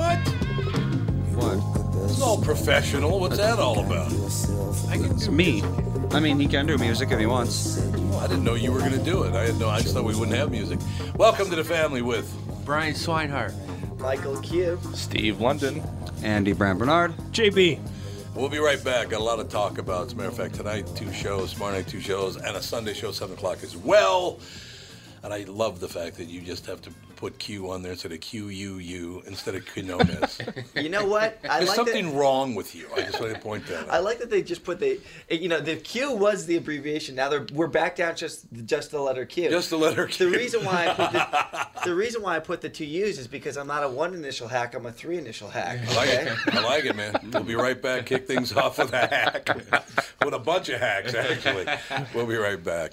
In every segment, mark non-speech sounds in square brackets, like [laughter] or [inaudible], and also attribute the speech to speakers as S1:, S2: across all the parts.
S1: What? It's all professional. What's that all about? I can
S2: It's me. I mean, he can do music if he wants.
S1: I didn't know you were going to do it. I had no. I just thought we wouldn't have music. Welcome to the family with
S3: Brian Swinehart.
S4: Michael Q.
S1: Steve London.
S2: Andy Brand Bernard.
S5: JB.
S1: We'll be right back. Got a lot to talk about. As a matter of fact, tonight two shows, tomorrow night two shows, and a Sunday show seven o'clock as well. And I love the fact that you just have to put Q on there instead of Q U U instead of
S4: [laughs]
S1: Quinones.
S4: You
S1: [laughs]
S4: know what? I
S1: There's
S4: like
S1: something
S4: that.
S1: wrong with you. I just want to point
S4: [laughs]
S1: that out.
S4: I like that they just put the, you know, the Q was the abbreviation. Now they're we're back down just just the letter Q.
S1: Just the letter
S4: The
S1: Q.
S4: reason why I put
S1: [laughs]
S4: the, the reason why I put the two U's is because I'm not a one initial hack. I'm a three initial hack.
S1: I like [laughs] it. I like it, man. We'll be right back. Kick things off with a hack. [laughs] with a bunch of hacks, actually. We'll be right back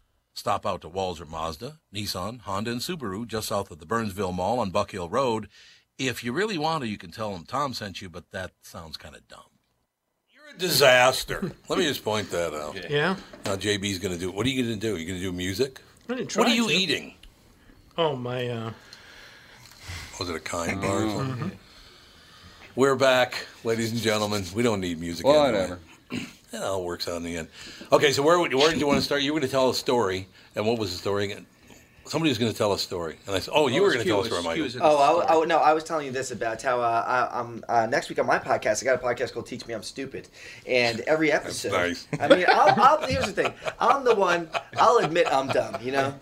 S1: Stop out to Walzer Mazda, Nissan, Honda, and Subaru just south of the Burnsville Mall on Buck Hill Road. If you really want to, you can tell them Tom sent you, but that sounds kind of dumb. You're a
S6: [laughs]
S1: disaster. Let me just point that out.
S6: Yeah.
S1: Now JB's going to do. What are you going to do? you going to do music?
S6: I didn't try
S1: What are you
S6: to.
S1: eating?
S6: Oh my. Uh,
S1: Was it a kind
S2: Mm-hmm.
S1: bar? Or something? We're back, ladies and gentlemen. We don't need music. anymore.
S2: Whatever.
S1: It all works out in the end. Okay, so where would- where did you want to start? You were going to tell a story, and what was the story again? Somebody was going to tell a story, and I said, "Oh, you were going to tell a story, Michael."
S4: Oh, I, I, no, I was telling you this about how uh, I, I'm uh, next week on my podcast. I got a podcast called "Teach Me I'm Stupid," and every episode,
S1: nice.
S4: I mean, I'll, I'll, here's the thing: I'm the one. I'll admit I'm dumb.
S1: [laughs]
S4: You know,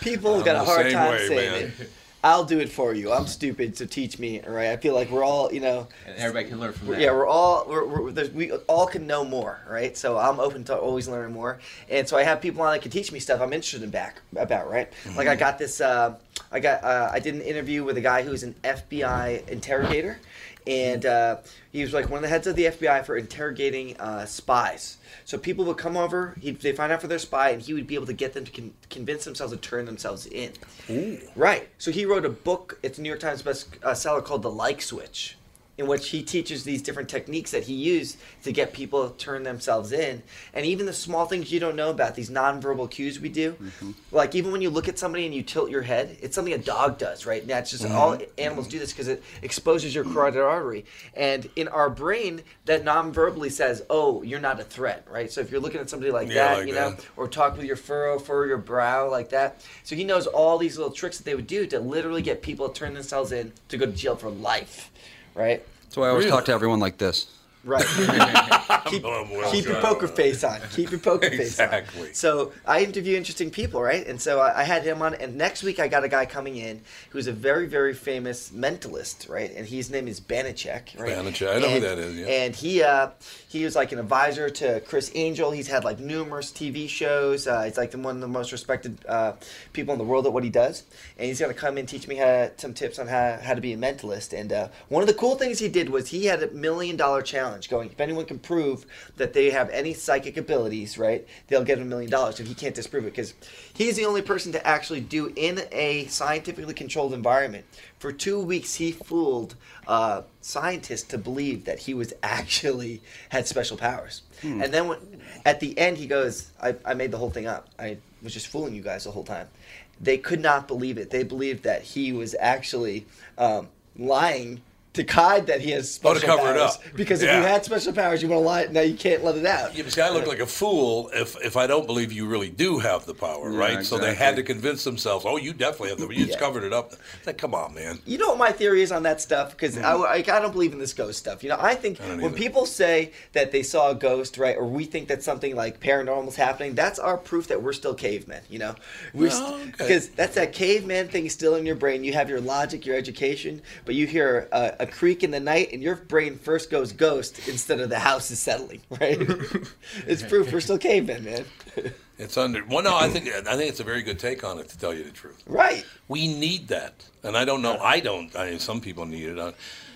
S4: people got
S1: the
S4: a hard
S1: same
S4: time
S1: way,
S4: saying
S1: man.
S4: it. I'll do it for you. I'm stupid, so teach me. All right, I feel like we're all, you know,
S3: And everybody can learn from that.
S4: yeah, we're all we're, we're, there's- we all can know more, right? So I'm open to always learning
S3: Mm-hmm.
S4: more, and so I have people on that can teach me stuff I'm interested in back about, right? Like I got this uh, I got uh, I did an interview with a guy who's an FBI interrogator, and uh, he was like one of the heads of the FBI for interrogating uh, spies. So people would come over, he'd, they find out for their spy, and he would be able to get them to con- convince themselves to turn themselves in. Right. So he wrote a book. It's a New York Times bestseller called The Like Switch in which he teaches these different techniques that he used to get people to turn themselves in. And even the small things you don't know about, these nonverbal cues we do,
S1: Mm-hmm.
S4: like even when you look at somebody and you tilt your head, it's something a dog does, right? That's just
S1: Mm-hmm.
S4: all animals do this because it exposes your carotid artery. And in our brain, that nonverbally says, oh, you're not a threat, right? So if you're looking at somebody like
S1: Yeah,
S4: that,
S1: like
S4: you know,
S1: that.
S4: or talk with your furrow, furrow your brow like that. So he knows all these little tricks that they would do to literally get people to turn themselves in to go to jail for life, right?
S2: That's why I always
S1: Really?
S2: talk to everyone like this.
S4: [laughs] Right. keep
S1: Oh, boy.
S4: keep
S1: [laughs]
S4: your poker face on. Keep your poker face
S1: Exactly.
S4: on. So I interview interesting people, right? And so I, I had him on. And next week I got a guy coming in who's a very, very famous mentalist, right? And his name is Banachek, right?
S1: Banachek. I know who
S4: and,
S1: that is, yeah.
S4: And he uh, he was like an advisor to Chris Angel. He's had like numerous TV shows. Uh, he's like the, one of the most respected uh, people in the world at what he does. And he's gonna come and teach me how to, some tips on how, how to be a mentalist. And uh, one of the cool things he did was he had a million dollar challenge going. If anyone can prove that they have any psychic abilities, right, they'll get a million dollars. And he can't disprove it because he's the only person to actually do in a scientifically controlled environment. For two weeks, he fooled uh, scientists to believe that he was [laughs] actually had special powers.
S1: Hmm.
S4: And then when, at the end, he goes, I, I made the whole thing up. I was just fooling you guys the whole time. They could not believe it. They believed that he was actually um, lying to hide that he has
S1: Oh,
S4: special
S1: to cover it
S4: powers.
S1: up.
S4: Because if
S1: Yeah.
S4: you had special powers, you want to lie. Now you can't let it out.
S1: Yeah, because I look like a fool if, if I don't believe you really do have the power, right? So they had to
S2: exactly.
S1: convince themselves, oh, you definitely have the power. You just
S4: Yeah.
S1: covered it up. It's like, come on, man.
S4: you know what my theory is on that stuff because I, like, I don't believe in this ghost stuff. You know, I think
S1: Mm-hmm. don't
S4: when
S1: either.
S4: people say that they saw a ghost, right, or we think that something like paranormal's happening, that's our proof that we're still cavemen. You know, because
S1: Oh, okay.
S4: that's that caveman thing still in your brain. You have your logic, your education, but you hear a, a creak in the night, and your brain first goes ghost instead of the house is settling. [laughs]
S1: [laughs]
S4: Right? it's proof we're still cavemen, man.
S1: It's under. Well, no, I think I think it's a very good take on it. To tell you the truth,
S4: right.
S1: we need that, and I don't know. I don't. I mean, some people need it. I,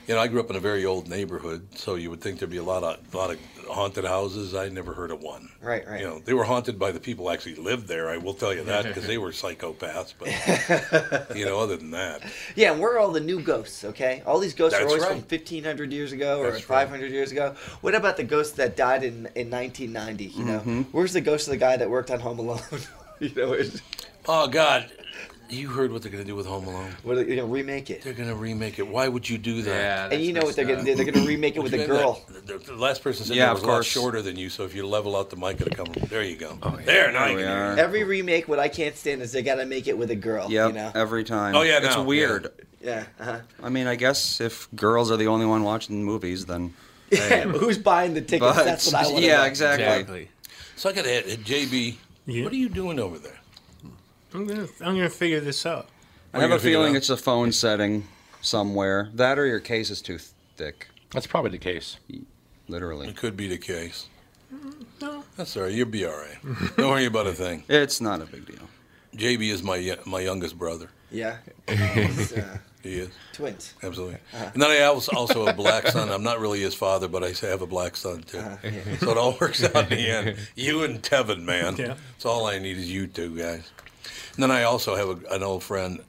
S1: you know, I grew up in a very old neighborhood, so you would think there'd be a lot of lot of haunted houses. I never heard of one.
S4: Right, right.
S1: You know, they were haunted by the people who actually lived there. I will tell you that because they were psychopaths. But you know, other than that,
S4: Yeah, and where are all the new ghosts? Okay, all these ghosts are
S1: That's
S4: always
S1: right.
S4: from 1500 years ago or
S1: That's right.
S4: 500 years ago. What about the ghosts that died in, in 1990? You
S1: Mm-hmm.
S4: know, where's the ghost of the guy that worked on Home Alone? [laughs] you know, it's-
S1: oh God, you heard what they're going to do with Home Alone.
S4: what are they gonna remake it?
S1: They're going to remake it. Why would you do that?
S3: Yeah.
S4: And you know what they're gonna do? They're gonna remake it with a
S1: Yeah,
S4: girl.
S1: that- The, the last person sitting
S2: Yeah,
S1: there
S2: of
S1: was a lot
S2: course.
S1: shorter than you, so if you level out the mic, it'll come. There you go. There, now you
S2: we
S1: can hear
S2: are.
S4: Every remake, what I can't stand is they gotta make it with a girl.
S2: Yep,
S4: You know?
S2: every time.
S1: Oh, yeah,
S2: it's
S1: no, yeah.
S2: weird.
S4: yeah. Uh-huh.
S2: I mean, I guess if girls are the only one watching movies, then
S4: [laughs] Who's buying the tickets?
S2: but
S4: That's what I want.
S2: yeah, exactly.
S3: Exactly.
S1: So I got to add, JB,
S6: Yeah.
S1: what are you doing over there?
S6: I'm gonna I'm gonna figure this out.
S2: I have
S1: you gonna
S2: a
S1: figure it
S2: feeling
S1: out?
S2: it's a phone setting somewhere. That or your case is too thick,
S5: That's probably the case.
S2: literally.
S1: It could be the case.
S6: No.
S1: That's all right. You'll be all right.
S6: [laughs]
S1: Don't worry about a thing.
S2: It's not a big deal.
S1: JB is my y- my youngest brother. [laughs]
S4: Yeah. It's, uh,
S1: He is
S4: twins.
S1: absolutely.
S6: Uh-huh.
S1: And then I also also have a black son. I'm not really his father, but I have a black son too. So it all works out in the
S6: [laughs]
S1: end. You and Tevin, man.
S6: Uh-huh. Yeah.
S1: That's all I need is you two guys. And then I also have a, an old friend,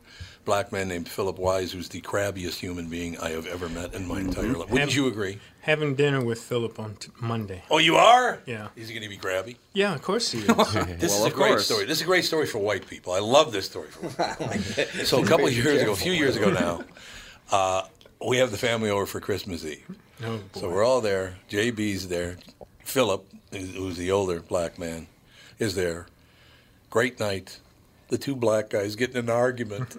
S1: black man named Philip Wise, who's the crabbiest human being I have ever met in my
S6: Mm-hmm.
S1: entire life. Wouldn't you agree?
S6: Having dinner with Philip on t- Monday.
S1: Oh, you are?
S6: Yeah.
S1: Is he going to be crabby?
S6: Yeah, of course he is. Oh,
S1: This
S2: Well,
S1: is a
S2: of
S1: great
S2: course.
S1: story. This is a great story for white people. I love this story for
S2: [laughs]
S1: white people. so a couple of years ago, a few years ago now, uh, we have the family over for Christmas Eve.
S6: oh,
S1: So
S6: boy.
S1: we're all there. JB's there. Philip, who's- who's the older black man, is there. Great night. The two black guys get in an
S2: [laughs]
S1: argument.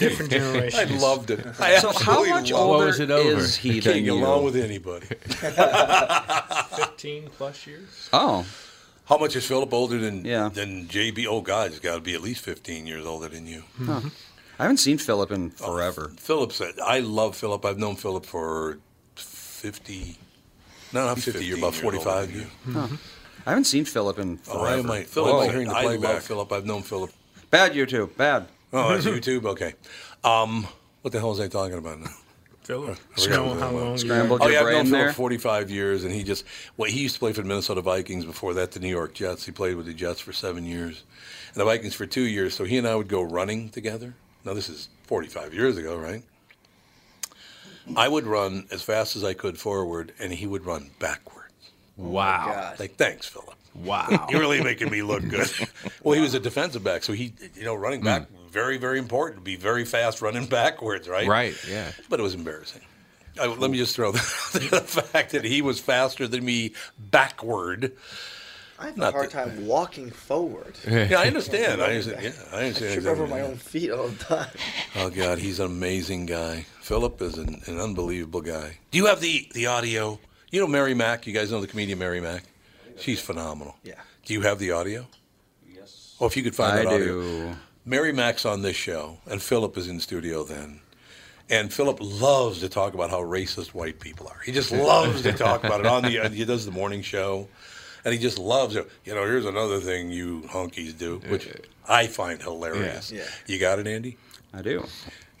S6: Different
S1: I [laughs]
S6: generation.
S1: loved it. I
S2: So how
S1: absolutely
S2: much
S1: loved
S2: older
S3: was it over?
S2: is he than
S1: Can't get
S2: you?
S1: along with
S2: [laughs]
S1: anybody.
S6: 15 plus years.
S2: oh,
S1: How much is Philip older than
S2: Yeah.
S1: than JB? Oh God, he's got to be at least fifteen years older than you.
S2: I haven't seen Philip in forever.
S1: Oh, Philip said, I love Philip. I've known Philip for 50, no, not 50, you're about 45 years.
S2: I haven't seen Philip in forever.
S1: Oh, I might. Philip,
S2: Oh,
S1: I, I love Philip. I've known Philip
S2: Bad YouTube. Bad.
S1: Oh, it's [laughs] YouTube. Okay. Um, what the hell was I talking about? now?
S6: Philip,
S1: I forgot what
S6: know
S1: it
S6: how
S1: was.
S6: long
S2: Scrambled
S6: you
S1: Oh yeah,
S2: your
S1: I've
S2: brain
S1: known Phil
S2: there.
S1: for 45 years, and he just well, he used to play for the Minnesota Vikings. Before that, the New York Jets. He played with the Jets for seven years, and the Vikings for two years. So he and I would go running together. Now this is 45 years ago, right? I would run as fast as I could forward, and he would run backwards.
S7: Wow.
S1: Like, thanks, Philip.
S7: Wow.
S1: [laughs] You're really making me look
S7: [laughs]
S1: good. well, he was a defensive back, so he, you know,
S7: Hmm.
S1: running back very, very important. Be very fast running [laughs] backwards, right?
S7: right. Yeah.
S1: But it was embarrassing. I, let me just throw [laughs] the, the fact that he was faster than me backward.
S4: I have
S1: Not
S4: a hard
S1: that-
S4: time walking forward.
S1: Yeah, [laughs] I understand. I understand. Yeah, I understand.
S4: trip
S1: exactly.
S4: over my own feet all the time.
S1: Oh God, he's an amazing guy. Philip is an, an unbelievable guy. Do you have the the audio? You know Mary Mack. You guys know the comedian Mary Mack. She's phenomenal.
S4: Yeah.
S1: Do you have the audio? Yes. Oh, if you could find
S2: I
S1: that audio.
S2: do.
S1: Mary Mack's on this show, and Philip is in studio then. And Philip loves to talk about how racist white people are. He just loves to talk about it on
S4: [laughs]
S1: the. He does the morning show, and he just loves it. You know, here's another thing you honkies do, which I find hilarious.
S4: Yeah. Yeah.
S1: You got it, Andy?
S2: I do.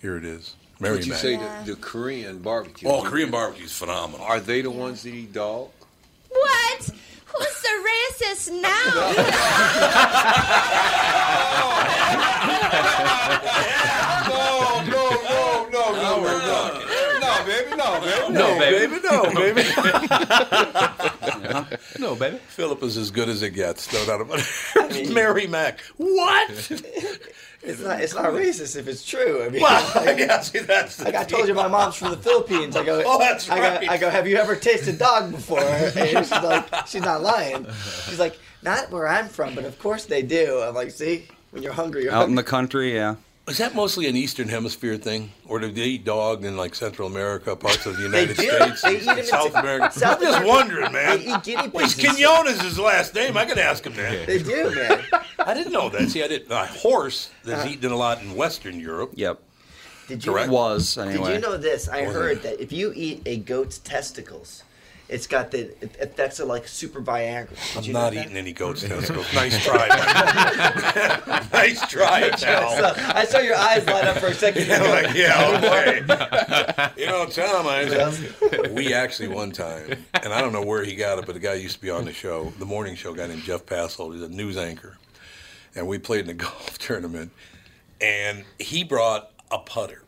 S1: Here it is. Mary
S7: Would you
S1: Mack.
S7: say the, the Korean barbecue?
S1: oh, Korean barbecue is phenomenal.
S7: Are they the ones that eat dog?
S8: What? Who's the racist now?
S7: No, no, no, no, no, no, no, no, baby, no, baby, no,
S1: baby, no, baby.
S7: [laughs] no, baby.
S1: Philip is as good as it gets, no doubt about it. [laughs] Mary Mack. What?
S4: It's not. It's not racist if it's true. I
S1: [laughs]
S4: mean,
S1: well, yeah, see, that's the
S4: [laughs] like I told you, my mom's from the Philippines. I go.
S1: [laughs] Oh, that's
S4: I go,
S1: right.
S4: I go. Have you ever tasted dog before? And she's like, she's not lying. She's like, not where I'm from, but of course they do. I'm like, see, when you're hungry, you're
S2: Out in
S4: hungry.
S2: the country, yeah.
S1: Is that mostly an Eastern Hemisphere thing, or do they eat dog in like Central America, parts of the United
S4: do.
S1: States,
S4: They
S1: and
S4: eat 'em in
S1: South
S4: Sa-
S1: America?
S4: South
S1: I'm just
S4: America.
S1: wondering,
S4: They
S1: man.
S4: eat guinea
S1: Well, it's
S4: pigs. and stuff.
S1: Quinones is his last name. I could ask him that.
S4: They do, man.
S1: I didn't know that. See, I didn't. A horse that's
S4: Uh,
S1: eaten a lot in Western Europe.
S2: Yep.
S4: Did you?
S1: Correct.
S2: Was
S4: Did
S2: anyway.
S4: you know this? I heard that if you eat a goat's testicles, it's got the effects of like super Viagra. Did
S1: I'm
S4: you know
S1: not
S4: that?
S1: eating any goat's testicles. nice try. man. [laughs] nice try,
S4: I
S1: [laughs]
S4: saw,
S1: pal.
S4: I saw your eyes light up for a second.
S1: [laughs] Yeah, like, yeah, okay. You know, Tom, I, we actually one time, and I don't know where he got it, but the guy used to be on the show, the morning show, a guy named Jeff Passel, he's a news anchor, and we played in a [laughs] golf tournament, and he brought a putter,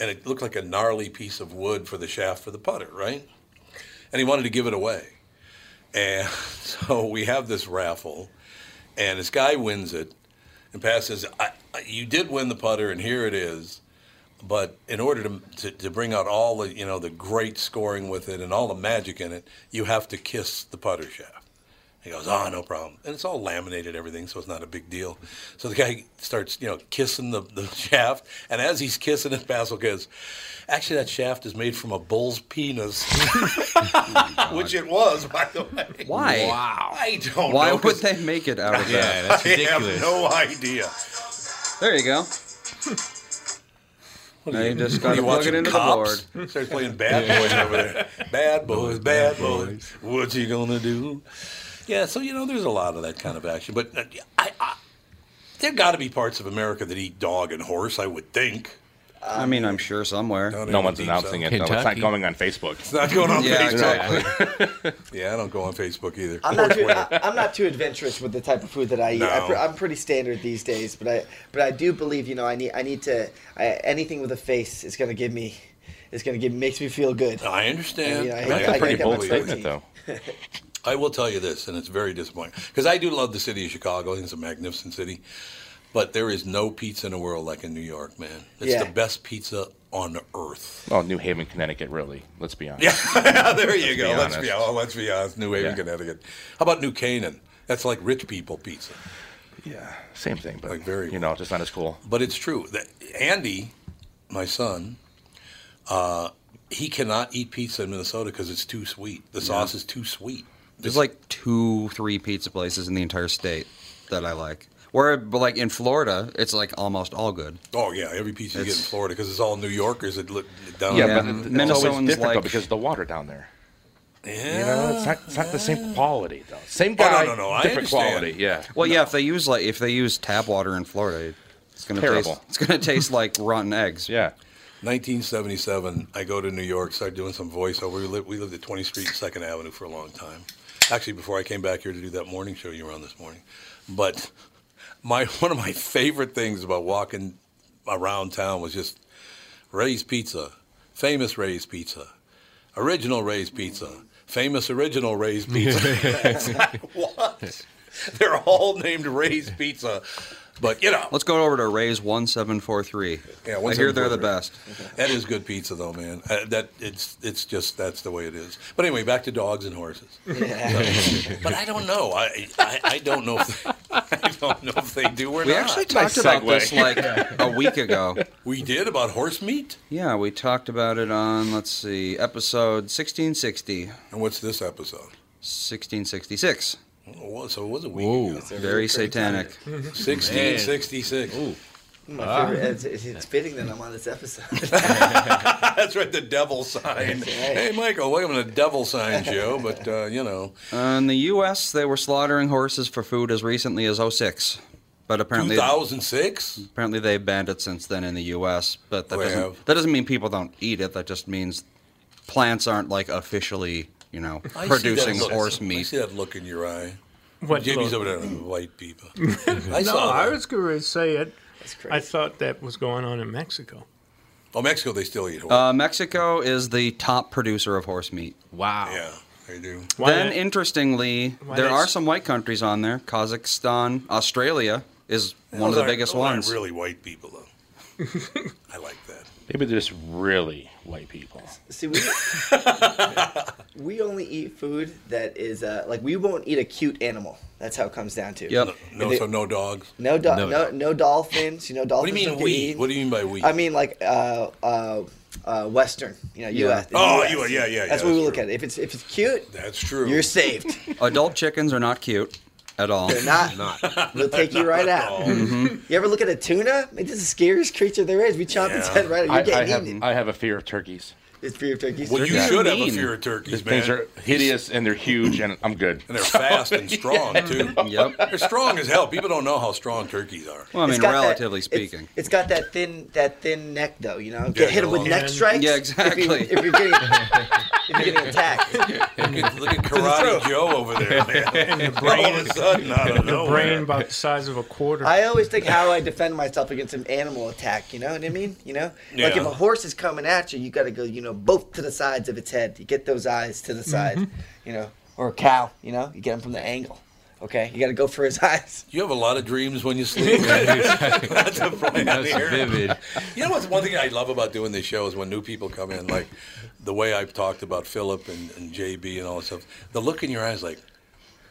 S1: and it looked like a gnarly piece of wood for the shaft for the putter, right? And he wanted to give it away, and [laughs] so we have this raffle, and this guy wins it, and Pat says, I, I- "You did win the putter, and here it is." But in order to, to to bring out all the you know the great scoring with it and all the magic in it, you have to kiss the putter shaft. He goes, "Oh, no problem." And it's all laminated, everything, so it's not a big deal. So the guy starts you know kissing the, the [laughs] shaft, and as he's kissing it, Basil goes, "Actually, that shaft is made from a bull's penis," [laughs] which it was, by the way.
S2: Why?
S7: Wow.
S1: I don't.
S2: Why
S1: know,
S2: would
S1: 'cause
S2: they make it out of that?
S7: Yeah, that's
S1: [laughs] I have
S7: ridiculous.
S1: no idea.
S2: There
S1: [laughs]
S2: you go. Now you just gotta
S1: you
S2: plug it
S1: watching
S2: into
S1: Cops?
S2: the
S1: Starts playing Bad Boys over there.
S2: [laughs]
S1: Bad Boys, Bad Boys. What you gonna do? Yeah, so you know, there's a lot of that kind of action, but uh, I, I, there got to be parts of America that eat dog and horse. I would think.
S2: board. I mean, I'm sure somewhere.
S9: No one's announcing it, though. It's not
S7: Kentucky.
S9: going on Facebook.
S1: It's not going on
S2: Yeah,
S1: Facebook.
S2: exactly. [laughs]
S1: Yeah, I don't go on Facebook either.
S4: I'm not too. I, am not too adventurous with the type of food that I eat.
S1: No.
S4: I pre, I'm pretty standard these days, but I but I do believe you know I need I need to I, anything with a face is gonna give me is gonna give makes me feel good.
S1: I understand.
S4: Yeah, I-
S1: I
S9: That's
S1: can
S9: a pretty
S4: get that
S9: bold
S4: much
S9: statement,
S4: protein.
S9: though.
S1: I will tell you this, and it's very disappointing because I do love the city of Chicago. I think it's a magnificent city, but there is no pizza in the world like in New York, man. It's
S4: Yeah.
S1: the best pizza on
S9: [laughs]
S1: earth.
S9: Well, New Haven, Connecticut, really. Let's be honest.
S1: Yeah, [laughs] there you go.
S9: be
S1: let's be
S9: honest.
S1: oh, let's be honest. New Haven,
S9: Yeah.
S1: Connecticut. How about New Canaan? That's like rich people pizza,
S9: Yeah, same thing, but
S1: Like very-
S9: you know, just not as cool.
S1: but it's true. That Andy, my son, uh, he cannot eat pizza in Minnesota because it's too sweet. The sauce is too sweet.
S2: There's like two, three pizza places in the entire state that I like. Where, but like in Florida, it's like almost all good.
S1: Oh yeah, every pizza you get in
S2: It's-
S1: Florida because Oh, it's all New Yorkers that live down
S9: Yeah,
S2: Yeah.
S9: but it- it's
S2: Minnesotans
S9: always different though
S2: like-
S9: because of the water down there. You know, it's not, it's not the same quality though. Same
S2: Oh, no,
S9: guy,
S2: no, no, I
S9: different
S2: understand.
S9: quality. Yeah.
S2: Well, yeah. If they use like if they use tap water in Florida, it's gonna
S9: Terrible.
S2: taste. [laughs] It's gonna taste like rotten eggs.
S9: Yeah.
S1: 1977, I go to New York, start doing some voiceover. We lived, we lived at 20th Street and 2nd Avenue for a long time. Actually, before I came back here to do that morning show you were on this morning. But my [laughs] one of my favorite things about walking around town was just Ray's Pizza, famous Ray's Pizza, original Ray's Pizza, famous original Ray's Pizza. [laughs] It's like, what? They're all named Ray's Pizza. But, you know.
S2: Let's go over to Ray's one seven four three.
S1: Yeah,
S2: I hear they're the best.
S1: That is good pizza, though, man. Uh, that it's it's just that's the way it is. But anyway, back to dogs and horses. So- but I don't know. I I, I don't know. If [laughs] I don't know if they do or
S2: we
S1: not.
S2: actually talked about this
S9: [laughs]
S2: like a week ago.
S1: We did about horse meat.
S2: Yeah, we talked about it on let's see, episode sixteen sixty.
S1: And what's this episode?
S2: Sixteen sixty six.
S1: Whoa, so it was a week
S2: Whoa,
S1: ago.
S2: very satanic.
S1: Sixteen sixty six.
S4: My favorite, it's, it's, it's fitting that I'm on this episode.
S1: [laughs] That's right, the devil sign. Hey, Michael, welcome to the devil sign show. But uh, you know,
S2: Uh, in the U.S., they were slaughtering horses for food as recently as 06. But apparently,
S1: 2006.
S2: Apparently, they banned it since then in the U.S. But that
S4: Oh,
S1: They
S2: doesn't,
S1: have.
S2: that doesn't mean people don't eat it. That just means plants aren't like officially, you know,
S1: I see that
S2: producing
S1: look.
S2: horse
S1: I
S2: meat.
S1: see that look in your eye.
S6: What
S1: Jamie's
S6: look?
S1: over there, white
S2: [laughs]
S1: people.
S6: no,
S1: I saw
S6: I
S1: that.
S6: was going to say it. I
S4: crazy.
S6: thought that was going on in Mexico.
S1: Oh, Mexico, they still eat horse.
S2: Uh, Mexico is the top producer of horse meat.
S6: Wow.
S1: Yeah, they do.
S2: then, interestingly,
S6: why
S2: there
S6: that-
S2: are some white countries on there. Kazakhstan, Australia is one of
S1: Those
S2: the
S1: aren't-
S2: biggest
S1: those aren't
S2: ones.
S1: Really white people though.
S4: [laughs]
S1: I like that.
S9: Maybe they're just really white people.
S4: See, we, we only eat food that is uh, like we won't eat a cute animal. That's how it comes down to.
S2: Yep.
S1: No,
S4: Uh, They-
S1: so no dogs.
S4: No, do-
S1: No
S4: no, no, dolphins. You know,
S1: What do
S4: dolphins.
S1: you mean
S4: don't get
S1: we?
S4: eaten.
S1: What do you mean by we?
S4: I mean, like uh, uh, uh, Western. You know,
S2: Yeah.
S4: U.S. the
S1: Oh,
S4: US.
S1: you- yeah, yeah, yeah,
S4: That's what we
S1: that's
S4: look
S1: true.
S4: at. If it's if it's cute,
S1: That's true. [laughs]
S4: you're saved.
S2: Adult chickens are not cute at all.
S4: They're not. They'll take you
S1: [laughs]
S4: right out.
S2: Mm-hmm.
S4: You ever look at a tuna? Like, this is the scariest creature there is. We chop its head right. You're
S9: I, I
S4: getting eaten.
S9: have, I have a fear of turkeys.
S4: It's fear of turkeys.
S1: Well, you
S9: Yeah.
S1: should have a
S9: Mean.
S1: fear of turkeys,
S9: These
S1: man.
S9: things are hideous and they're huge, and I'm good.
S1: and they're fast and strong too.
S2: Yep.
S1: They're strong as hell. People don't know how strong turkeys are.
S2: Well, I
S4: It's
S2: mean,
S4: got that-
S2: relatively
S4: it's-
S2: speaking.
S4: it's got that thin that thin neck though. You know, get hit
S1: you're
S4: with
S1: long.
S4: neck strikes.
S2: Yeah,
S4: If,
S2: exactly.
S4: you, if you're getting if
S2: [laughs]
S4: you're getting attacked,
S1: Look at, look at Karate Joe over there, man. All of a sudden, out of
S6: The
S1: nowhere.
S6: brain about the size of a quarter.
S4: I always think how I defend myself against an animal attack. You know what I mean? You know, like
S1: Yeah.
S4: if a horse is coming at you, you got to go. You know, both to the sides of its head. You get those eyes to the side. You know, or a cow. You know, you get them from the angle. Okay, you got to go for his [laughs] eyes.
S1: You have a lot of dreams when you sleep. [laughs] That's a point out here.
S4: Oh.
S10: vivid.
S1: You know what's one thing I love about doing this show is when new people come in, like the way I've talked about Philip and, and JB and all that stuff. The look in your eyes, like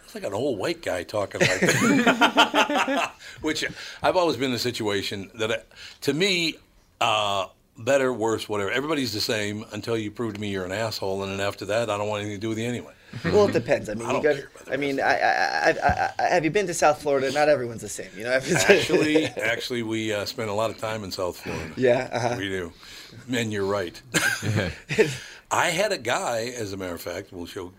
S1: it's like an old white guy talking like that. [laughs] Which I've always been in a situation that, I, to me, uh, better, worse, whatever. Everybody's the same until you prove to me you're an asshole, and then after that, I don't want anything to do with you anyway.
S4: Well, it depends. I mean,
S1: I
S4: you
S1: don't
S4: got.
S1: care about
S4: I mean, I, I, I, I, I, have you been to South Florida? Not everyone's the same. You know, [laughs] everyone's-
S1: Actually, actually, we uh, spent a lot of time in South Florida.
S4: Yeah, uh-huh.
S1: we do. And you're right. [laughs] I had a guy, as a matter of fact, we'll show,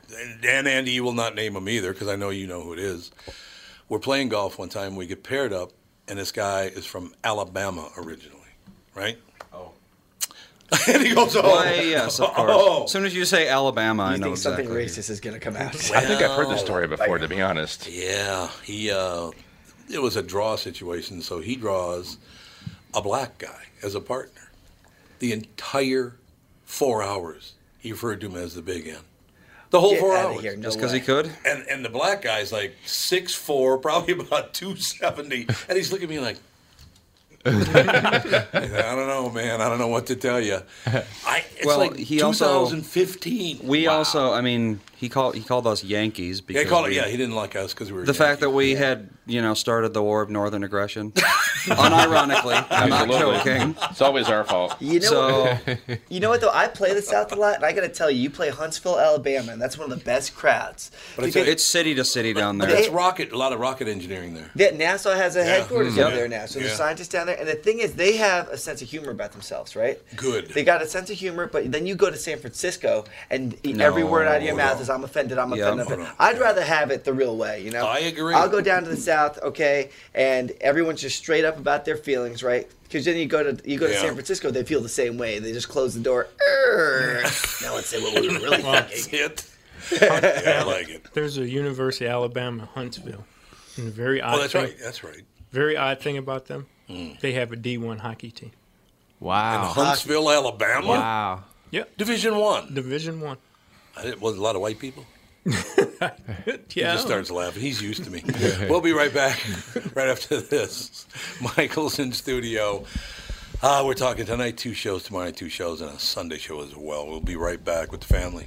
S1: and Andy, you will not name him either because I know you know who it is. We're playing golf one time. We get paired up, and this guy is from Alabama originally, right? Oh. [laughs] and he goes, oh,
S2: Why, yes, of course.
S1: Oh.
S2: As soon as you say Alabama, I
S4: you
S2: know
S4: think something
S2: exactly.
S4: racist is going to come out?
S9: I think I've heard this story before, to be honest.
S1: Yeah, he. Uh, it was a draw situation, so he draws a black guy as a partner. The entire four hours, he referred to him as the Big N. The whole
S4: Get
S1: four
S4: outta
S1: hours.
S4: here, no
S2: Just because he
S4: way.
S2: could?
S1: And and the black guy's like six four, probably [laughs] about two seventy, and he's looking at me like. [laughs] I don't know, man. I don't know what to tell you. I, it's
S2: Well,
S1: like
S2: he also-
S1: 2015.
S2: We also, I mean, He called he called us Yankees
S1: Yeah,
S2: because
S1: he called it.
S2: we-
S1: Yeah, he didn't like us because we were
S2: the fact that we had you know started the war of northern
S1: [laughs]
S2: aggression, unironically. I'm not
S9: Absolutely.
S2: joking.
S9: It's always our fault.
S4: You know,
S2: So- [laughs]
S4: you know what though? I play the South a lot, and I gotta tell you, you play Huntsville, Alabama, and that's one of the best crowds.
S2: But it's,
S4: Because
S2: it's city to city down there.
S4: But it's
S1: rocket. A lot of rocket engineering there.
S4: that NASA has a
S1: Yeah.
S4: headquarters
S2: Mm.
S4: over
S2: Yep.
S4: there now, so
S2: Yeah.
S4: there's scientists down there. And the thing is, they have a sense of humor about themselves, right?
S1: Good.
S4: They got a sense of humor, but then you go to San Francisco, and e- every word out of your
S1: No.
S4: mouth is "I'm offended, I'm
S1: Yeah.
S4: offended." I'm
S1: No,
S4: offended." I'd rather have it the real way, you know. I
S1: agree.
S4: I'll go down to the South, okay, and everyone's just straight up about their feelings, right? Because then you go to you go to
S1: Yeah.
S4: San Francisco, they feel the same way. They just close the door.
S1: [laughs]
S4: "Err." now let's say what we were really
S1: That's
S4: thinking.
S1: it. [laughs] Yeah, I like it.
S6: There's a University of Alabama Huntsville, and a very
S1: Oh,
S6: odd.
S1: that's
S6: thing,
S1: right, that's right.
S6: Very odd thing about them, they have a D1 hockey team.
S1: Wow. In Huntsville, Alabama.
S6: Wow.
S1: Yep. Division one.
S6: Division one.
S1: I didn't, was it a lot of white people. He
S6: Yeah.
S1: just starts laughing. He's used to [laughs] me. we'll be right back [laughs] right after this. [laughs] Michael's in studio. Uh, we're talking tonight, two shows, tomorrow, two shows, and a Sunday show as well. We'll be right back with the family.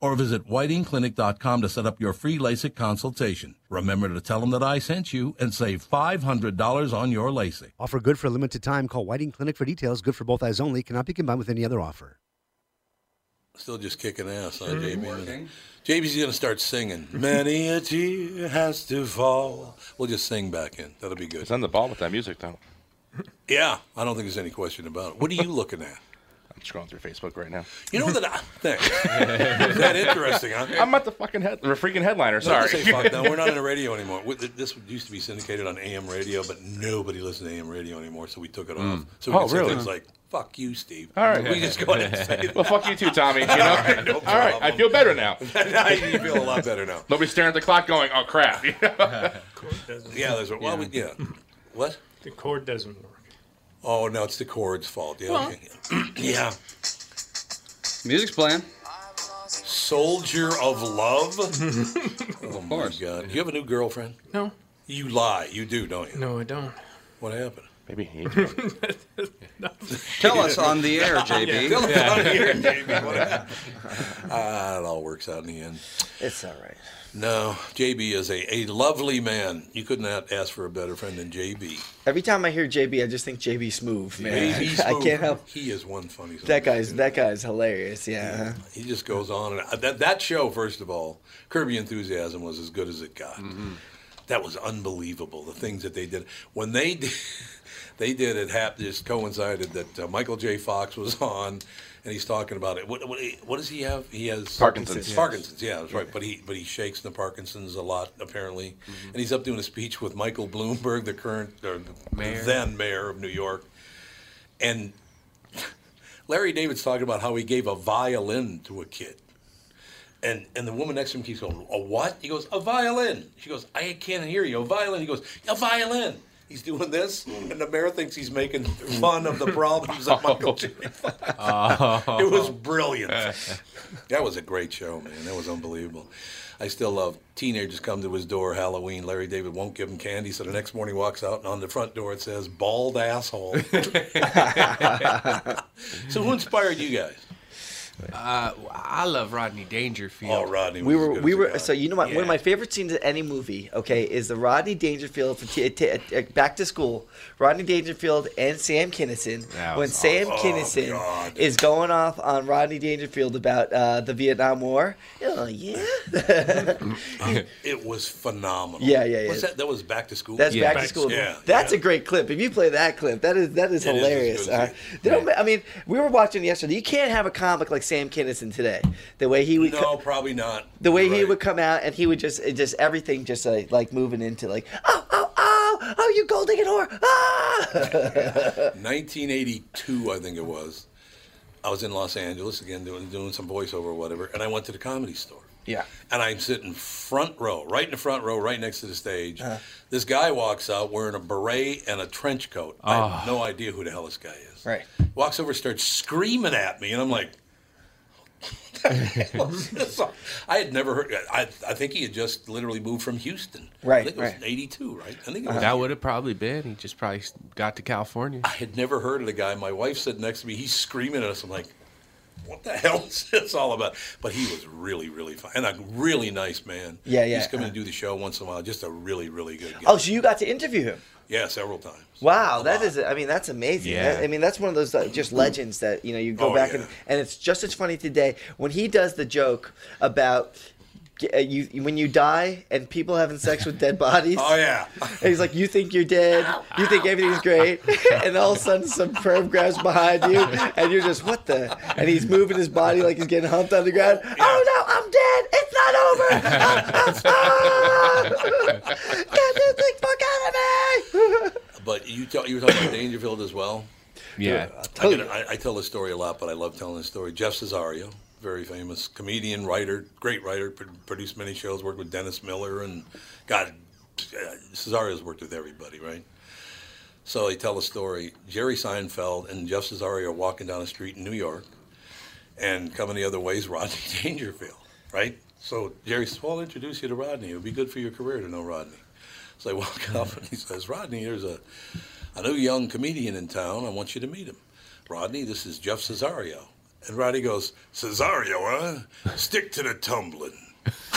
S1: or visit whitingclinic.com to set up your free LASIK consultation. Remember to tell them that I sent you and save $500 on your LASIK.
S11: Offer good for a limited time. Call Whiting Clinic for details. Good for both eyes only. Cannot be combined with any other offer.
S1: Still just kicking ass, huh,
S11: Mhm.
S1: JB? JB's going to
S11: [laughs]
S1: start singing. Many a tear has to fall. We'll just sing back in. That'll be good.
S9: It's on the ball with that music, though.
S1: Yeah, I don't think there's any question about it. What are you looking at?
S9: I'm scrolling through Facebook right now.
S1: You know that I.
S11: [laughs]
S1: Thanks. Is that interesting, huh?
S9: I'm at the fucking head, the freaking
S1: No,
S9: headliner.
S1: don't
S9: Sorry. [laughs]
S1: say fuck. No, we're not on the radio anymore. We- th- This used to be syndicated on AM radio, but nobody listened to AM radio anymore, so we took it off.
S9: Mm.
S1: So we
S9: Oh,
S1: could say
S9: really?
S1: things like "fuck you, Steve."
S9: All right.
S1: we just go ahead and say
S9: Well, fuck you too, Tommy. You know?
S1: [laughs] All right, no
S9: All right, I
S1: problem. [laughs]
S9: feel better now.
S1: Now you feel a lot better now.
S9: Nobody's staring at the clock going, oh, crap. [laughs] You know?
S1: Yeah, there's a, well, we- yeah. What?
S6: The chord doesn't work.
S1: Oh no, it's the chord's fault. Yeah,
S6: Well-
S1: okay. yeah.
S2: Music's playing.
S1: Soldier of
S9: [laughs]
S1: Love. oh my God! Do you have a new girlfriend?
S6: No.
S1: You lie. You do, don't you?
S6: No, I don't.
S1: What happened?
S9: Maybe he.
S2: Tell us on
S1: [laughs]
S2: the air, JB.
S1: Tell us on the air,
S2: Yeah.
S1: JB. What happened? Ah, it all works out in the end.
S4: It's all right.
S1: No, JB is a, a lovely man. You could not ask for a better friend than JB.
S4: Every time I hear JB, I just think JB Smooth, man.
S1: JB
S4: [laughs] I
S1: Smooth,
S4: can't help.
S1: He is one funny. son.
S4: That guy's that guy's hilarious. Yeah.
S1: He just goes on and uh, that that show. First of all, Kirby Enthusiasm was as good as it got. That was unbelievable. The things that they did when they [laughs] did, they did it. Hap just coincided that uh, Michael J. Fox was on, and he's talking about it. What, what, what does he have? He has
S9: Parkinson's.
S1: Parkinson's. Yeah, that's right. But he but he shakes the Parkinson's a lot apparently, and he's up doing a speech with Michael Bloomberg, the current or the
S9: Mayor.
S1: then mayor of New York, and Larry David's talking about how he gave a violin to a kid. And and the woman next to him keeps going, a what? He goes, a violin. She goes, I can't hear you. A violin. He goes, a violin. He's doing this, and the mayor thinks he's making fun of the problems that Michael J.
S12: Oh.
S1: it was brilliant. that was a great show, man. That was unbelievable. I still love teenagers come to his door Halloween. Larry David won't give him candy, so the next morning he walks out, and on the front door it says "bald asshole." so who inspired you guys?
S3: Uh, I love Rodney Dangerfield.
S1: Oh, Rodney.
S4: We were, we were. So you know what? One of my favorite scenes in any movie, okay, is the Rodney Dangerfield for t- t- t- Back to School. Rodney Dangerfield and Sam Kinison.
S13: That
S4: When
S13: was
S4: Sam
S13: awesome.
S4: Kinison
S13: Oh, God.
S4: is going off on Rodney Dangerfield about uh, the Vietnam War. Oh yeah.
S1: it was phenomenal.
S4: Yeah, yeah, yeah.
S1: What's that? That was back to school.
S4: That's back to school.
S1: Yeah,
S4: That's a great clip. If you play that clip, that is that
S1: It is
S4: is
S1: as
S4: hilarious.
S1: good as
S4: Uh, they don't, I mean, we were watching yesterday. You can't have a comic like Sam Kinison today. The way he would
S1: no,
S4: co-
S1: probably not.
S4: the way he would come out and he would just it just everything just like, like moving into like oh oh oh oh you gold digging whore ah
S1: 1982, I think it was. I was in Los Angeles again, doing doing some voiceover or whatever, and I went to the comedy store.
S4: yeah
S1: and I'm sitting front row, right in the front row, right next to the stage.
S4: Uh-huh.
S1: This guy walks out wearing a beret and a trench coat. I have no idea who the hell this guy is.
S4: Ah. Right.
S1: Walks over, starts screaming at me, and I'm like, [laughs] I had never heard. I, I think he had just literally moved from Houston. I
S3: Right,
S1: think it was
S3: right.
S1: '82, right? I
S4: Uh-huh.
S1: think it was
S3: That would have probably been. He just probably got to California.
S1: I had never heard of the guy. My wife's sitting next to me. He's screaming at us. I'm like, what the hell is this all about? But he was really, really fun and a really nice man.
S4: Yeah, yeah,
S1: He's coming
S4: uh.
S1: to do the show once in a while. Just a really, really good guy.
S4: oh so you got to interview him
S1: Yeah, several times.
S4: wow that is I mean that's amazing
S1: Yeah. Mm.
S4: I mean that's one of those uh, just legends that you know you go
S1: Oh,
S4: back
S1: yeah.
S4: and and it's just as funny today when he does the joke about uh, you when you die and people having sex with dead bodies
S1: Oh, yeah.
S4: And he's like, you think you're dead, you think everything's great, and all of a sudden some perv grabs behind you, and you're just, what the? And he's moving his body like he's getting humped on the ground. Oh no, I'm dead. It's not over. [laughs] Get this thing fuck out of me.
S1: But you ta- you were talking about Dangerfield as well.
S9: Yeah.
S1: I, get it. I, I tell this story a lot, but I love telling this story. Jeff Cesario, very famous comedian, writer, great writer, pr- produced many shows, worked with Dennis Miller, and God, uh, Cesario's worked with everybody, right? So they tell a story. Jerry Seinfeld and Jeff Cesario are walking down a street in New York, and coming the other way is Rodney [laughs] Dangerfield, right? So Jerry says, "Well, I'll introduce you to Rodney. It would be good for your career to know Rodney." So I walk [laughs] up and he says, "Rodney, there's a, a new young comedian in town. I want you to meet him. Rodney, this is Jeff Cesario." And Rodney goes, "Cesario, huh? Stick to the tumbling."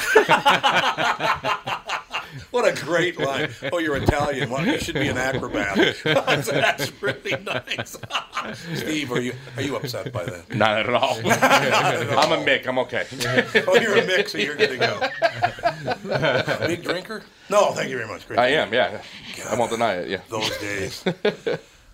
S1: [laughs] what a great line! Oh, you're Italian. Why- you should be an acrobat. [laughs] That's really nice. [laughs] Steve, are you are you upset by that?
S9: Not
S3: [laughs]
S9: at all.
S1: Not at all.
S9: I'm a Mick. I'm okay.
S1: oh, you're a mix, so you're good to go. A [laughs] big drinker? No, thank you very much. Great
S9: I
S1: to
S9: am.
S1: meet you.
S9: Yeah. I won't deny it. Yeah.
S3: [laughs]
S1: Those days.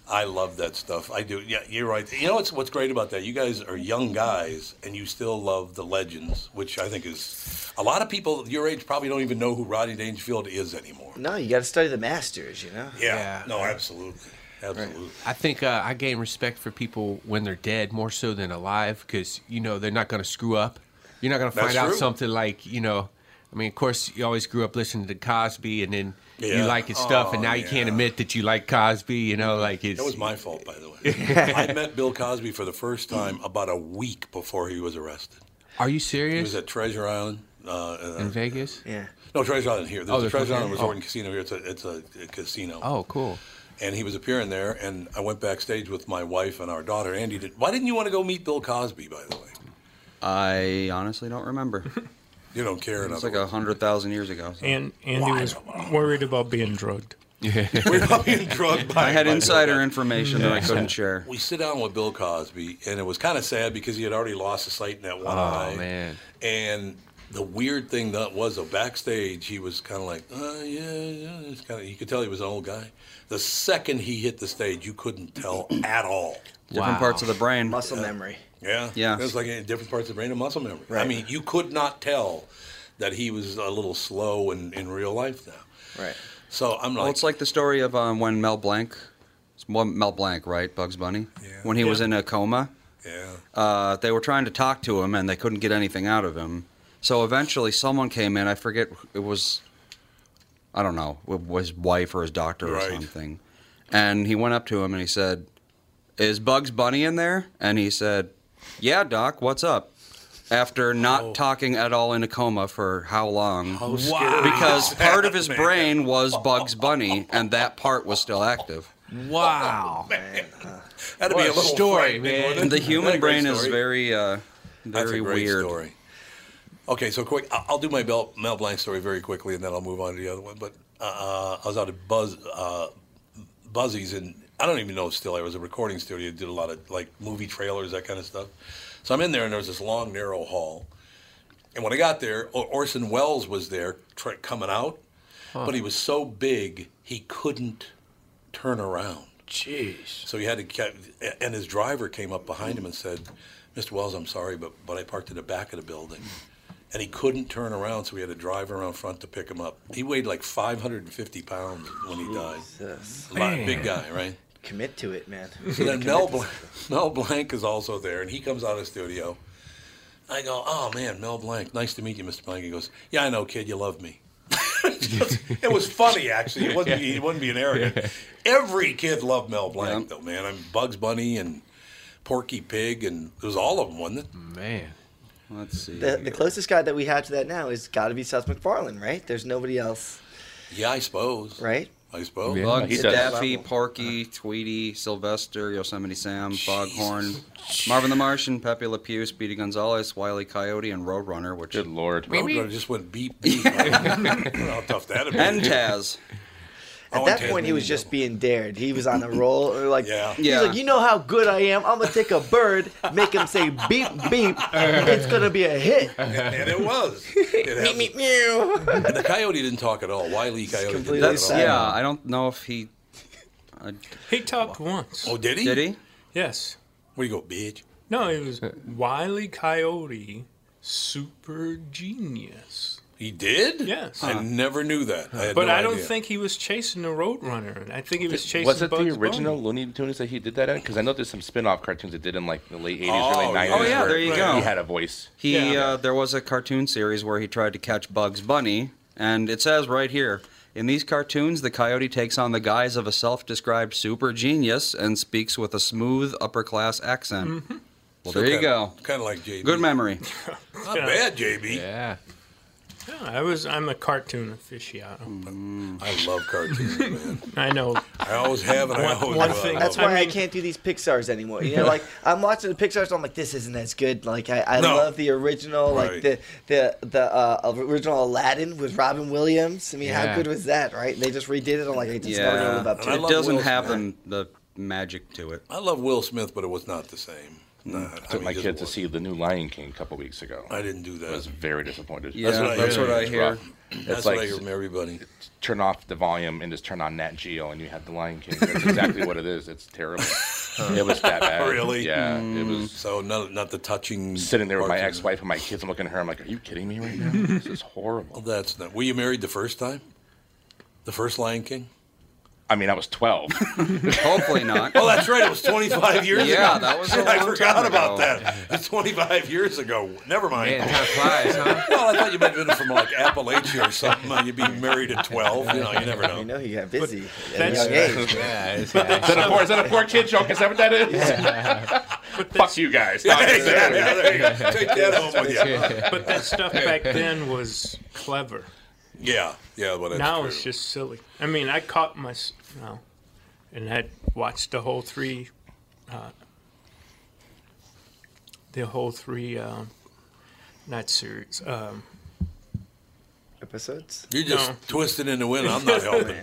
S1: I love that stuff. I do. Yeah, you're right. You know what's what's great about that? You guys are young guys, and you still love the legends, which I think is a lot of people your age probably don't even know who Rodney Dangerfield is anymore.
S4: No, you got to study the masters, you know.
S1: Yeah. No, absolutely, absolutely.
S3: I think uh, I gain respect for people when they're dead more so than alive because you know they're not going to screw up. You're not going to
S9: That's
S3: find out
S9: true.
S3: something like you know. I mean, of course, you always grew up listening to Cosby, and then
S1: Yeah.
S3: you like his stuff, and
S1: Oh,
S3: now you can't admit that you like Cosby. You know, like it's
S1: That was my fault, by the way. I met Bill Cosby for the first time about a week before he was arrested.
S3: Are you
S1: He
S3: serious?
S1: was at Treasure Island. Uh,
S3: In Vegas?
S4: Yeah.
S1: No, Treasure Island here. There's
S3: Oh,
S1: a
S3: there's
S1: Treasure
S3: one-
S1: Island Resort
S3: oh.
S1: and Casino here. It's a, it's a, a casino.
S3: Oh, cool.
S1: And he was appearing there, and I went backstage with my wife and our daughter, Andy. Did, why didn't you want to go meet Bill Cosby, by the way?
S2: I honestly don't remember.
S1: you don't care.
S2: It's like a hundred thousand
S1: [laughs]
S2: years ago. so.
S6: And Andy was worried about being drugged.
S2: Yeah.
S1: [laughs] We're not
S2: [laughs]
S1: being drugged by
S2: I
S1: [laughs]
S2: had
S1: by-
S2: insider information that I
S1: Yeah.
S2: couldn't share.
S1: We sit down with Bill Cosby, and it was kind of sad because he had already lost his sight in that one
S2: Oh,
S1: eye.
S2: man.
S1: And the weird thing that was, though, backstage, he was kind of like, uh, yeah, yeah. It's kind of, you could tell he was an old guy. The second he hit the stage, you couldn't tell at all.
S2: Different parts of the brain.
S4: Muscle memory.
S1: Yeah.
S2: Yeah.
S1: It was like in different parts of the brain and muscle memory. I mean, you could not tell that he was a little slow in, in real life now.
S4: Right.
S1: So I'm like,
S2: Well, it's like the story of um, when Mel Blanc, it's Mel- Mel Blanc, right? Bugs Bunny. Yeah. When he was
S1: Yeah.
S2: in a coma.
S1: Yeah.
S2: Uh, they were trying to talk to him and they couldn't get anything out of him. So eventually, someone came in. I forget it was, I don't know, it was his wife or his doctor or
S13: Right.
S2: something. And he went up to him and he said, "Is Bugs Bunny in there?" And he said, "Yeah, doc. What's up?" After not
S1: Oh.
S2: talking at all in a coma for how long?
S13: How scary
S1: [laughs]
S2: Because
S13: is
S2: part
S13: that,
S2: of his
S13: man?
S2: brain was Bugs Bunny, and that part was still active.
S3: Wow.
S1: That'd
S3: What
S1: be a
S3: a
S1: little
S3: story, man.
S1: frightening, wouldn't it?
S2: The
S1: Isn't that
S2: human
S1: a great
S2: brain is
S1: story?
S2: very, uh,
S1: That's
S2: very
S1: a great
S2: weird.
S1: story. Okay, so quick, I- I'll do my Bel- Mel Blanc story very quickly, and then I'll move on to the other one. But uh, I was out at Buzz uh, Buzzies, and I don't even know if still there was a recording studio. Did a lot of like movie trailers, that kind of stuff. So I'm in there, and there was this long, narrow hall. And when I got there, Or- Orson Welles was there tr- coming out,
S13: Huh.
S1: but he was so big he couldn't turn around. Jeez. So he had to, ca- and his driver came up behind him and said, "Mr. Wells, I'm sorry, but but I parked in the back of the building." And he couldn't turn around, so we had to drive around front to pick him up. He weighed like 550 pounds when he died. A lot-
S4: Man.
S1: big guy, right?
S4: Commit to it, man.
S1: So then
S4: Commit
S1: Mel,
S4: to
S1: Blanc, [laughs] Mel Blanc is also there, and he comes out of the studio. I go, oh man, Mel Blanc, nice to meet you, Mr. Blanc. He goes, yeah, I know, kid, you love me. [laughs] it was funny, actually. It wasn't. He wasn't being arrogant. Every kid loved Mel Blanc, though, man. I mean, Bugs Bunny and Porky Pig, and it was all of them, wasn't it?
S3: Man,
S2: let's see.
S4: The, the closest guy that we have to that now is got to be Seth MacFarlane, right? There's nobody else.
S1: Yeah, I suppose.
S4: Right?
S1: I suppose.
S2: Bugs,
S4: At that
S2: Daffy,
S4: level.
S2: Porky, Tweety, Sylvester, Yosemite Sam, Foghorn, Marvin the Martian, Pepe Le Pew, Speedy Gonzalez, Wiley Coyote, and Roadrunner. Which good lord,
S1: Roadrunner just went beep beep. [laughs] How tough that'd be.
S2: And Taz.
S4: At
S2: Oh,
S4: that
S2: and
S4: point, he was just being dared. He was on a roll. [laughs] Or like, he's
S2: Yeah.
S4: like, you know how good I am. I'm gonna take a bird, make him say beep beep. It's gonna be a
S1: [laughs]
S4: hit.
S1: and, and it was. It
S4: [laughs]
S1: happened. And the coyote didn't talk at all. Wiley Coyote didn't talk
S2: [laughs] That's
S1: at all.
S2: yeah. I don't know if he. I,
S6: He talked once.
S1: Oh, did he?
S2: Did he?
S6: Yes.
S1: Where you go, bitch?
S6: No, it was Wiley Coyote, super genius.
S1: He did?
S6: Yes.
S1: I never knew that. I had
S6: but
S1: no
S6: I don't
S1: idea.
S6: think he was chasing the Roadrunner. I think he was chasing.
S9: Was it
S6: Bugs
S9: the original
S6: Bunny.
S9: Looney Tunes that he did that in? Because I know there's some spin-off cartoons that did in like the late 80s,
S2: Oh,
S9: early 90s.
S2: yeah. Oh, yeah,
S9: where
S2: there you go.
S9: He had a voice.
S2: He uh, there was a cartoon series where he tried to catch Bugs Bunny, and it says right here. In these cartoons, the coyote takes on the guise of a self described super genius and speaks with a smooth upper class accent. Well,
S1: So
S2: there you
S1: kinda-
S2: go.
S1: Kind of like JB.
S2: Good memory.
S1: Not bad, JB.
S3: Yeah.
S6: Yeah, I was. I'm a cartoon aficionado.
S1: I love cartoons, man.
S6: I know.
S1: I always have, and I
S6: One-
S1: always
S6: one
S1: will.
S6: thing-
S4: That's
S6: I
S4: why I, can't do these Pixar's anymore. You know, like I'm watching the Pixar's, I'm like, this isn't as good. Like I, I
S1: No.
S4: love the original,
S1: Right.
S4: like the the the uh, original Aladdin with Robin Williams. I mean,
S2: Yeah.
S4: how good was that, right? They just redid it. I'm like, I just never gonna live
S2: Yeah,
S4: up to
S2: it
S4: it.
S2: doesn't have the, the magic to it.
S1: I love Will Smith, but it was not the same. Nah,
S9: I
S1: I
S9: Mm. took
S1: mean,
S9: my
S1: just
S9: kid to
S1: wa-
S9: see the new Lion King a couple weeks ago.
S1: I didn't do that.
S9: I was very disappointed.
S2: Yeah, That's what I that's hear. what I
S9: It's
S2: hear.
S9: rough. It's
S1: That's what I hear from everybody.
S9: Turn off the volume and just turn on Nat Geo, and you have the Lion King. That's exactly what it is. It's terrible. it was that bad.
S1: Really?
S9: Yeah.
S2: Mm.
S9: It was
S1: So not not the touching.
S9: sitting there with my
S1: cartoon.
S9: ex-wife and my kids. I'm looking at her. I'm like, "Are you kidding me right now? This is horrible."
S1: That's not. Were you married the first time? The first Lion King?
S9: I mean, I was 12.
S2: Hopefully not.
S1: Oh, that's right. It was 25 years ago.
S9: Yeah, that was a
S1: Shit, [laughs] I
S9: long
S1: forgot
S9: time
S1: about
S9: ago.
S1: that. It's 25 years ago. Never mind.
S9: Man, time flies, huh?
S1: well, I thought you might have been from like Appalachia or something. and You'd be married at 12. You know, you never know.
S4: I know he got busy.
S1: But
S4: at a
S1: that's- [laughs]
S4: young age.
S1: Yeah, it's-
S9: is, that a poor, is that a poor kid joke? Is that what that is? Fuck [laughs] you
S2: [laughs]
S9: guys.
S1: Yeah, exactly. Yeah, there you go. Take that home with you.
S6: But that stuff back then was clever.
S1: Yeah, yeah, but that's
S6: now
S1: true.
S6: it's just silly. I mean, I caught my s- no, and had watched the whole three, uh, the whole three, um, not series. Um,
S4: Episodes.
S1: You're just
S6: No.
S1: twisting in the wind. I'm not helping.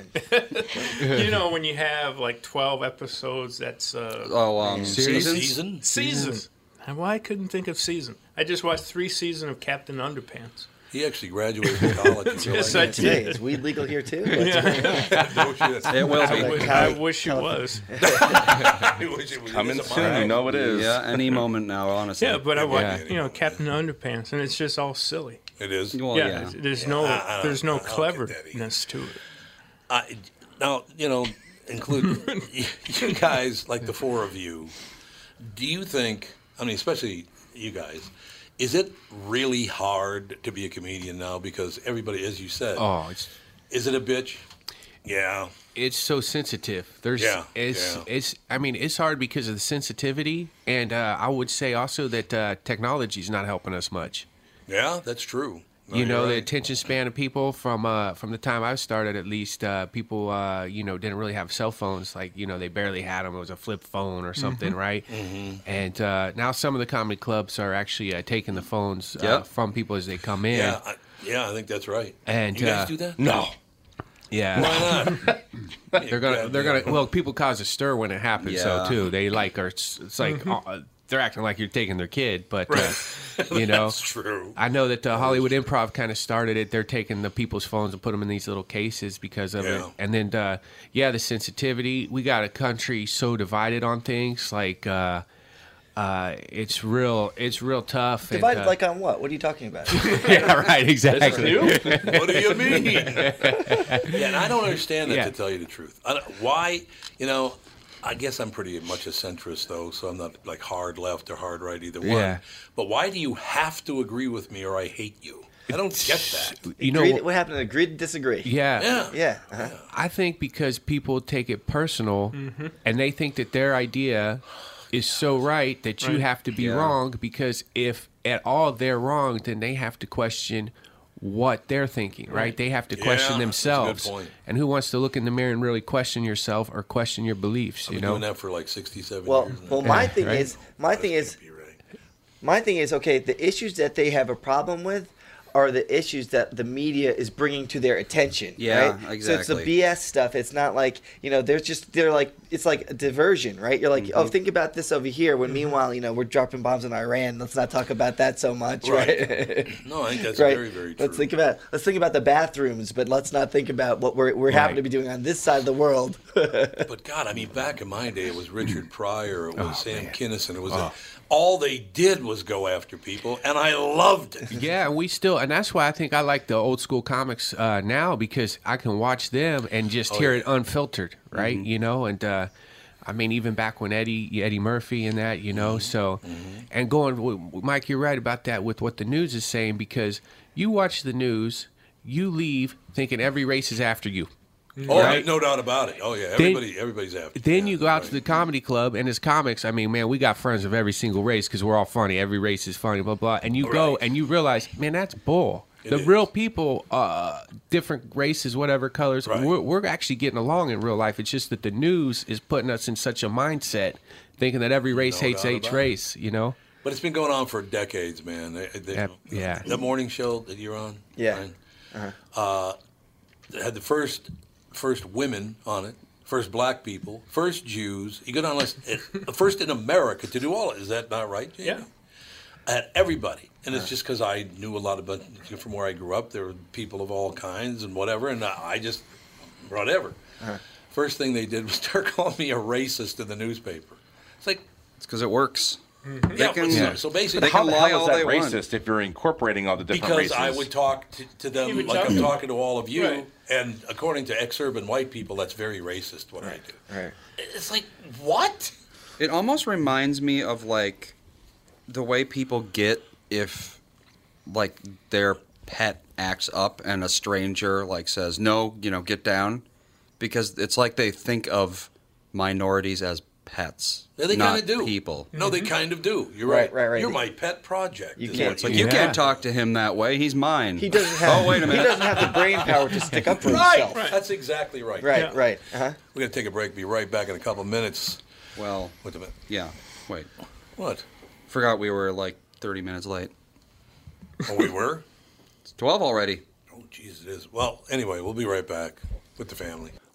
S6: you know, when you have like twelve episodes, that's uh,
S2: Oh, um, Series? seasons?
S6: season,
S2: Season?
S6: season. And Why I couldn't think of season? I just watched three season of Captain Underpants.
S1: He actually graduated from college. and you're
S6: Yes,
S1: like,
S6: Oh, I did.
S4: Is weed legal here too?
S6: Yeah.
S2: It
S1: [laughs]
S2: will be.
S6: I wish, I wish it was.
S2: Coming
S9: soon, you know it is.
S2: Yeah, any moment now, honestly.
S6: Yeah, but I watch, you know, Captain Underpants, and it's just all silly.
S1: It is.
S2: Well,
S6: Oh, yeah,
S2: yeah.
S6: there's- there's
S1: Yeah,
S6: no,
S1: I- I
S6: there's
S1: don't- I
S6: no
S1: don't get
S6: cleverness to it.
S1: I, now, you know, include [laughs] you guys, like the four of you, do you think, I mean, especially you guys, Is it really hard to be a comedian now because everybody, as you said,
S9: Oh, it's-
S1: is it a bitch? Yeah.
S9: It's so sensitive. There's
S1: Yeah,
S9: it's
S1: yeah.
S9: it's I mean, it's hard because of the sensitivity and uh, I would say also that uh technology's not helping us much.
S1: Yeah, that's true. No,
S9: you know
S1: Oh, you're
S9: the
S1: right.
S9: attention span of people from uh, from the time I started at least uh, people uh, you know didn't really have cell phones like you know they barely had them it was a flip phone or something
S1: Mm-hmm.
S14: Mhm.
S9: right and uh, now some of the comedy clubs are actually uh, taking the phones uh,
S1: Yep.
S9: from people as they come in
S1: Yeah, I, yeah, I think that's right.
S9: and
S1: you guys
S9: uh,
S1: do that? [laughs]
S9: yeah
S1: Why not?
S9: they're gonna they're gonna well people cause a stir when it happens
S1: Yeah.
S9: so too they like are it's, it's like
S1: Mhm.
S9: uh, they're acting like you're taking their kid but
S1: [laughs]
S9: uh, you know
S1: That's true.
S9: I know that uh, Hollywood Improv kind of started it they're taking the people's phones and put them in these little cases because of
S1: Yeah.
S9: it and then uh, yeah the sensitivity we got a country so divided on things like uh, uh, it's real it's real tough and,
S4: Divided
S9: uh,
S4: like on what? What are you talking about?
S9: [laughs] yeah, right, exactly.
S1: what do you mean? yeah, and I don't understand that
S9: Yeah.
S1: to tell you the truth. I don't, why, you know, I guess I'm pretty much a centrist though, so I'm not like hard left or hard right either one.
S9: Yeah.
S1: But why do you have to agree with me or I hate you? I don't get that.
S9: You know- Agree-
S4: what happened to agree to disagree?
S9: Yeah.
S1: Yeah.
S4: Yeah. uh-huh.
S9: I think because people take it personal
S4: Mhm.
S9: and they think that their idea is so right that you
S14: Right.
S9: have to be
S14: Yeah.
S9: wrong because if at all they're wrong, then they have to question what they're thinking, right?
S14: Right.
S9: They have to
S14: Yeah,
S9: question
S14: that's a good
S9: themselves.
S1: point.
S9: And who wants to look in the mirror and really question yourself or question your beliefs,
S1: I've
S9: you
S1: been
S9: know?
S1: doing that for like 67
S4: Well,
S1: years. now.
S4: well, my
S9: Yeah,
S4: thing
S9: right.
S4: is, my thing is, my thing is, okay, the issues that they have a problem with are the issues that the media is bringing to their attention.
S2: Yeah,
S4: right? So it's the
S2: exactly.
S4: BS stuff. It's not like you know, they're just they're like it's like a diversion, right? You're like, oh, think about this over here. When meanwhile, you know, we're dropping bombs in Iran. Let's not talk about that so much, right?
S1: Right. No, I think that's very, very
S4: Let's think about let's think about the bathrooms, but let's not think about what we're we're happen
S1: Right.
S4: to be doing on this side of the world.
S1: but God, I mean, back in my day, it was Richard Pryor, it was Sam Kinison, it was
S9: Oh.
S1: all they did was go after people, and I loved it.
S9: Yeah, we still, and that's why I think I like the old school comics uh, now because I can watch them and just
S14: Oh,
S9: hear
S14: yeah.
S9: it unfiltered, right?
S1: Mm-hmm.
S9: You know, and uh, I mean, even back when Eddie Eddie Murphy and that, you know, so
S2: Mm-hmm.
S9: and going, w- Mike, you're right about that with what the news is saying because you watch the news, you leave thinking every race is after you.
S1: Oh,
S9: right?
S1: no doubt about it. Oh yeah,
S9: They-
S1: everybody, everybody's after.
S9: Then you go out to the comedy club, and as comics, I mean, man, we got friends of every single race because we're all funny. Every race is funny, blah blah. And you go and you realize, man, that's bull.
S14: It
S9: the
S14: is.
S9: real people, uh, different races, whatever colors, we're, we're actually getting along in real life. It's just that the news is putting us in such a mindset, thinking that every race
S1: No
S9: hates
S1: doubt
S9: each
S1: about it.
S9: race. You know?
S1: But it's been going on for decades, man. They- they-
S9: Yeah, yeah.
S1: The morning show that you're on.
S9: Yeah.
S1: Ryan, uh, had the first first women on it, first black people, first Jews. You go down [laughs] the list. it- first in America to do all it. Is that not right? Jamie? Yeah. At everybody, and it's just because I knew a lot about from where I grew up. There were people of all kinds and whatever, and I I just whatever. First thing they did was [laughs] start calling me a racist in the newspaper. It's like
S2: It's because it works.
S1: Yeah, but so- so basically-
S2: they can
S1: How-
S2: lie
S1: how is
S2: all
S1: that
S2: they want.
S6: racist if you're incorporating all the different
S1: because
S6: races.
S1: I would talk to, to
S6: He
S1: them
S6: would
S1: like
S6: talk
S1: I'm
S6: to-
S1: talking to all of you,
S6: Right.
S1: and according to ex-urban white people, that's very racist what I do.
S4: Right.
S1: It's like what?
S2: It almost reminds me of like the way people get if like their pet acts up and a stranger like says no, you know, get down, because it's like they think of minorities as pets,
S1: Yeah, they
S2: not
S1: kind of do.
S2: people.
S1: No,
S6: Mm-hmm.
S1: they kind of do. You're
S2: Right,
S1: right.
S2: right, right.
S1: You're my pet project.
S2: You
S1: is
S2: can't.
S1: what
S2: It's like
S1: do.
S2: you can't talk to him that way. He's mine.
S4: He doesn't have-
S2: Oh wait a
S4: he
S2: minute.
S4: doesn't have the brain power to stick up
S1: [laughs]
S4: for
S1: Right.
S4: himself.
S1: That's exactly right.
S4: Right, Yeah. right. Uh-huh.
S1: We're gonna take a break. Be right back in a couple minutes.
S2: Well,
S1: wait a minute.
S2: Yeah. Wait.
S1: What?
S2: Forgot we were like 30 minutes late.
S1: Oh, we were?
S2: It's 12 already.
S1: Oh, jeez, it is. Well, anyway, we'll be right back with the family.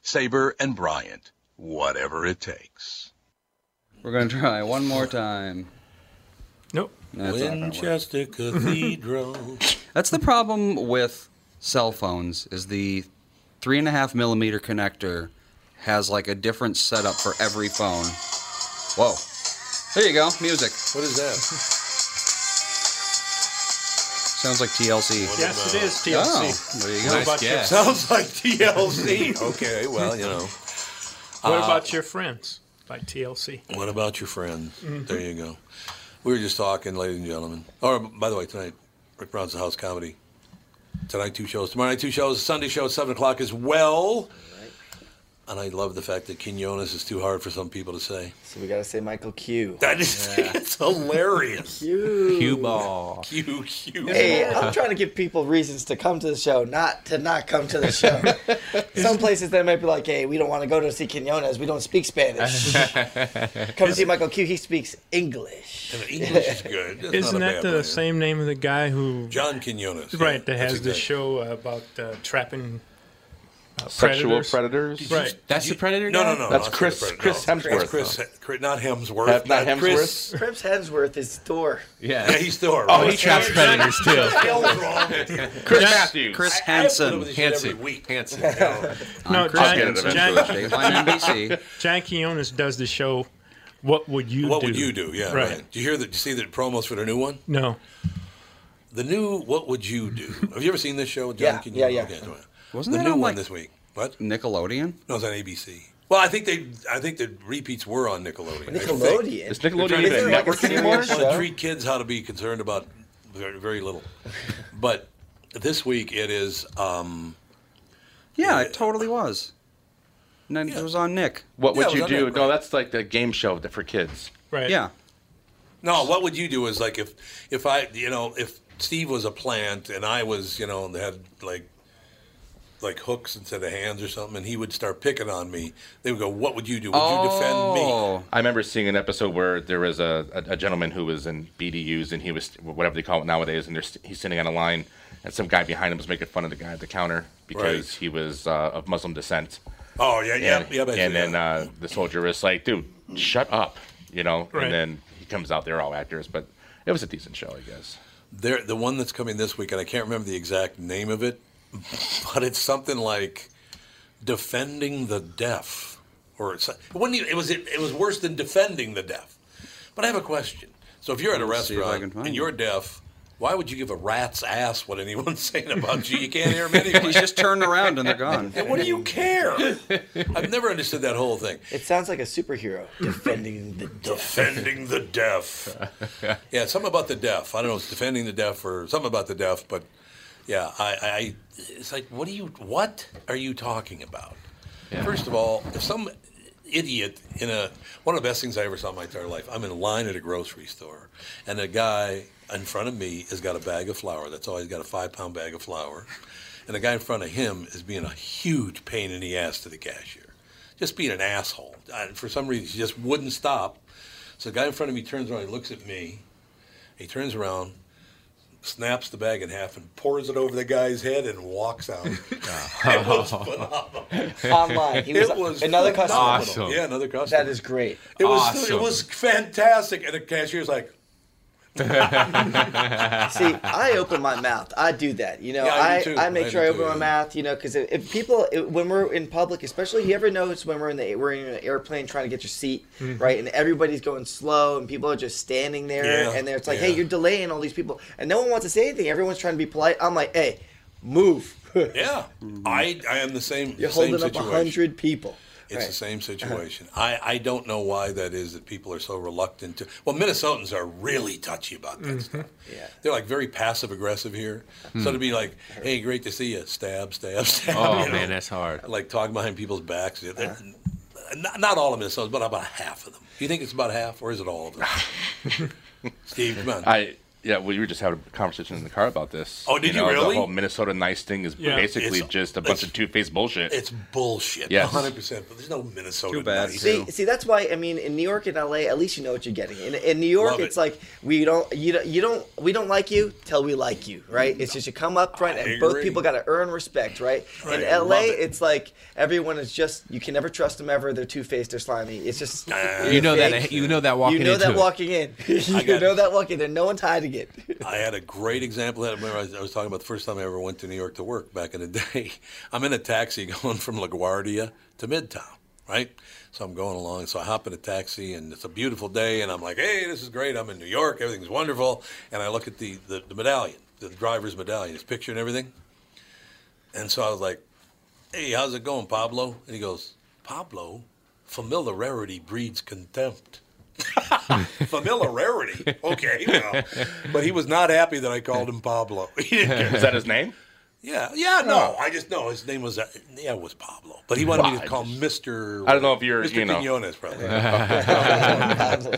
S1: Sabre and Bryant, whatever it takes.
S2: We're going to try one more time.
S6: Nope.
S1: Winchester Cathedral.
S2: That's the problem with cell phones is the three and a half millimeter connector has like a different setup for every phone. Whoa. There you go. Music.
S1: What is that?
S2: Sounds like TLC.
S6: Yes, it is TLC.
S2: Oh, there you go.
S6: What about your-
S7: Sounds like TLC.
S1: okay, well, you know.
S6: What
S1: Uh,
S6: about your friends? By TLC.
S1: What about your friend?
S6: Mhm.
S1: There you go. We were just talking, ladies and gentlemen. Or, by the way, tonight, Rick Brown's House Comedy. Tonight, two shows. Tomorrow night, two shows. Sunday show, 7 o'clock as well. And I love the fact that Quinones is too hard for some people to say.
S4: So we got to say Michael Q.
S1: [laughs] That is it's hilarious.
S4: Q.
S3: Cue ball.
S1: [laughs] Q, Q.
S4: Hey, uh, I'm trying to give people reasons to come to the show, not to not come to the [laughs] show. Some places they might be like, "Hey, we don't want to go to see Quinones. We don't speak [laughs] Spanish. come see Michael Q. He speaks English."
S1: English is good. That's
S6: Isn't
S1: not a
S6: that
S1: bad
S6: the
S1: plan.
S6: same name of the guy who
S1: John Quinones.
S6: Right, that
S1: Yeah,
S6: has
S1: that's
S6: the
S1: exactly.
S6: show about uh, trapping uh,
S9: Sexual
S6: predators.
S9: predators? Did you-
S6: Right.
S3: That's the predator.
S1: No,
S3: guy?
S1: no, no.
S9: That's
S1: not
S9: Chris-
S1: Predator,
S9: Chris
S1: no.
S9: Hemsworth,
S1: Chris,
S9: though.
S1: Chris- not Hemsworth.
S9: That's not
S1: Chris.
S4: Chris Hemsworth is Thor.
S1: Yeah, he's Thor.
S3: Oh,
S1: right?
S3: he traps predators too.
S1: Chris
S3: Yes.
S1: Matthews.
S3: Chris
S1: I- I have to live
S3: Hansen.
S1: with this shit every
S3: Hansen.
S1: week.
S3: Hansen.
S1: [laughs]
S6: No,
S3: Chris- I'll
S6: John,
S3: get it
S6: John,
S3: eventually. Dateline NBC.
S6: John Quinones does the show. What would you
S1: What
S6: do?
S1: would you do? Yeah, right. Do you hear that? Do you see the promos for the new one?
S6: No.
S1: The new What Would You Do? Have you ever seen this show? John
S4: Yeah,
S1: Quinones?
S4: yeah, yeah.
S1: Okay, anyway.
S2: Wasn't
S1: the
S2: that
S1: new
S2: on,
S1: one
S2: like,
S1: this week? What?
S2: Nickelodeon?
S1: No, it's on ABC. Well, I think they, I think the repeats were on Nickelodeon. I think.
S4: Nickelodeon? Is Nickelodeon
S1: They're trying to-
S4: even a network
S1: They
S4: anymore?
S1: want to
S4: show?
S1: treat kids how to be concerned about very, very little, but this week it is. Um,
S2: Yeah, it totally was. And then it was on Nick.
S9: What
S1: Yeah,
S9: would
S1: it was
S9: you
S1: on
S9: do?
S1: that,
S9: No, that's like the game show that- for kids.
S6: Right.
S2: Yeah.
S1: No, what would you do? Is like if if I you know if Steve was a plant and I was you know and had like like hooks instead of hands or something, and he would start picking on me. They would go, "What would you do? Would you defend me?"
S9: I remember seeing an episode where there was a, a, a gentleman who was in BDUs and he was whatever they call it nowadays, and they're st- he's sitting on a line, and some guy behind him was making fun of the guy at the counter because he was uh, of Muslim descent.
S1: Oh yeah, yeah,
S9: and,
S1: yeah. but-
S9: and then uh, the soldier was like, "Dude, shut up," you know.
S1: Right.
S9: And then he comes out. They're all actors, but it was a decent show, I guess.
S1: There, the one that's coming this week, and I can't remember the exact name of it, but it's something like defending the deaf, or it's, it wasn't even, it was it, was worse than defending the deaf. But I have a question. So if you're at a
S2: Let's see if I
S1: restaurant
S2: can find
S1: and you're deaf, why would you give a rat's ass what anyone's [laughs] saying about you? You can't hear
S2: [laughs]
S1: me.
S2: He's just turned around and
S1: [laughs]
S2: they're gone.
S1: And what do you care? I've never understood that whole thing.
S4: It sounds like a superhero [laughs] defending the
S1: Defending the deaf.
S4: [laughs]
S1: yeah, something about the deaf. I don't know. It's defending the deaf or something about the deaf, but yeah, I, I it's like, what do you, what are you talking about? First
S3: [laughs]
S1: of all, if some idiot in a one of the best things I ever saw in my entire life, I'm in line at a grocery store, and a guy in front of me has got a bag of flour. That's all he's got a five pound bag of flour, and the guy in front of him is being a huge pain in the ass to the cashier just being an asshole. I, for some reason, she just wouldn't stop. So the guy in front of me turns around, he looks at me, he turns around, snaps the bag in half and pours it over the guy's head and walks out. it was phenomenal.
S4: Online. He was-
S1: it was
S4: another customer.
S1: phenomenal.
S4: Awesome.
S1: Yeah, another customer.
S4: That is great.
S1: It was
S4: Awesome.
S1: it was fantastic. And the cashier's like, [laughs]
S4: See, I open my mouth. I do that. You know,
S1: Yeah, I
S4: I,
S1: do too.
S4: I, make
S1: I
S4: sure
S1: do
S4: I
S1: too,
S4: open my
S1: yeah.
S4: mouth. You know, because if, if people if, when we're in public, especially you ever notice when we're in the we're in an airplane trying to get your seat,
S1: Mm-hmm.
S13: Mhm.
S4: right? And everybody's going slow, and people are just standing there,
S13: Yeah,
S4: and they're it's like,
S13: yeah.
S4: hey, you're delaying all these people, and no one wants to say anything. Everyone's trying to be polite. I'm like, hey, move. [laughs]
S1: yeah, I, I am the same.
S4: Mm-hmm. You're
S1: same
S4: holding up a
S1: situation.
S4: hundred people.
S1: It's the
S4: Right. Uh-huh.
S1: same situation. I, I don't know why that is that people are so reluctant to. Well, Minnesotans are really touchy about that stuff.
S4: Mm-hmm. Yeah.
S1: They're like very passive aggressive here. So
S3: Hmm.
S1: to be like, hey, great to see you, stab, stab, [laughs] stab.
S3: Oh,
S1: you know,
S3: man, that's hard.
S1: Like talking behind people's backs. They're-
S4: Uh-huh.
S1: Not, not all of Minnesotans, but about half of them. Do you think it's about half, or is it all of
S4: [laughs]
S1: them? Steve, come on.
S9: I yeah, we were just having a conversation in the car about this.
S1: Oh, did you
S9: know,
S1: really?
S9: The whole Minnesota nice thing is
S1: Yeah.
S9: basically
S1: It's-
S9: just a bunch
S1: it's-
S9: of two-faced bullshit.
S1: It's bullshit.
S9: Yes.
S1: 100%. But there's no Minnesota. nice.
S4: See, see, that's why I mean, in New York and LA, at least you know what you're getting. In, in New York,
S1: Love it.
S4: it's like we don't, you don't, you don't, we don't like you till we like you, right? It's just you come up front, and both
S13: agree.
S4: people got to earn respect, right?
S13: Right,
S4: In
S13: I
S4: LA,
S13: love it.
S4: it's like everyone is just you can never trust them ever. They're two faced, they're slimy. It's just
S3: You know that. You know that walking
S4: you know
S3: into
S4: that
S3: it.
S1: [laughs]
S4: walking in, you
S1: got
S4: know that walking in. No one's hiding
S1: [laughs]
S4: it.
S1: I had a great example of that. I remember I was, I was talking about the first time I ever went to New York to work back in the [laughs] day. I'm in a taxi [laughs] going from LaGuardia to Midtown, right? So I'm going along. So I hop in a taxi and it's a beautiful day. And I'm like, hey, this is great. I'm in New York. Everything's wonderful. And I look at the, the, the medallion, the driver's medallion, his picture and everything. And so I was like, hey, how's it going, Pablo? And he goes, Pablo, familiarity breeds contempt. [laughs] familiarity? Okay, well. But he was not happy that I called him Pablo. [laughs] He didn't care.
S9: Is that his name?
S1: Yeah, yeah, no. I just know his name was, uh, yeah, it was Pablo. But he wanted me
S9: Wow,
S1: to
S9: I
S1: call him Mr.
S9: I don't know if you're,
S1: Mr.
S9: you know.
S1: Quinones,
S9: [laughs]
S1: probably. [laughs]
S4: [laughs]
S1: Pablo.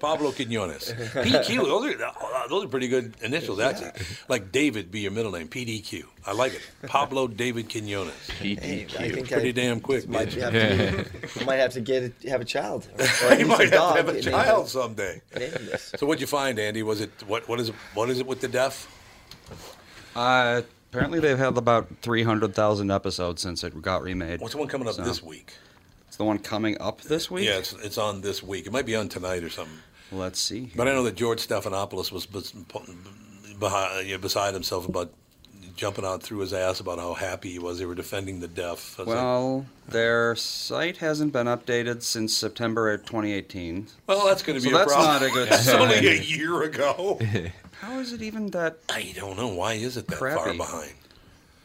S1: Pablo Quinones. PQ, those are, uh, those are pretty good initials, actually. Like David be your middle name, PDQ. I like it. Pablo David Quinones.
S4: PDQ. I think I-
S1: pretty damn quick.
S4: Might
S1: man.
S4: have to, I [laughs] might have to get a, have
S1: [laughs]
S4: a child. Or at
S1: I
S4: least
S1: might have
S4: dog
S1: to have a
S4: and name
S1: child
S4: it-
S1: someday.
S4: name it.
S1: So what'd you find, Andy? Was it what? What is it? What is it with the deaf?
S2: Uh, apparently, they've had about 300,000 episodes since it got remade.
S1: What's the one coming up
S2: So,
S1: this week?
S2: It's the one coming up this week?
S1: Yeah, it's, it's on this week. It might be on tonight or something.
S2: Let's see.
S1: But I know that George Stephanopoulos was bes- behi- yeah, beside himself about jumping out through his ass about how happy he was. They were defending the deaf. I was like,
S2: Well, their site hasn't been updated since September of 2018.
S1: well, that's going to
S2: So
S1: be
S2: that's
S1: a problem.
S2: not a good
S1: [laughs] It's only a
S2: sign.
S1: year
S2: [laughs]
S1: ago.
S2: How is it even that?
S1: I don't know. Why is it that far
S2: Crappy.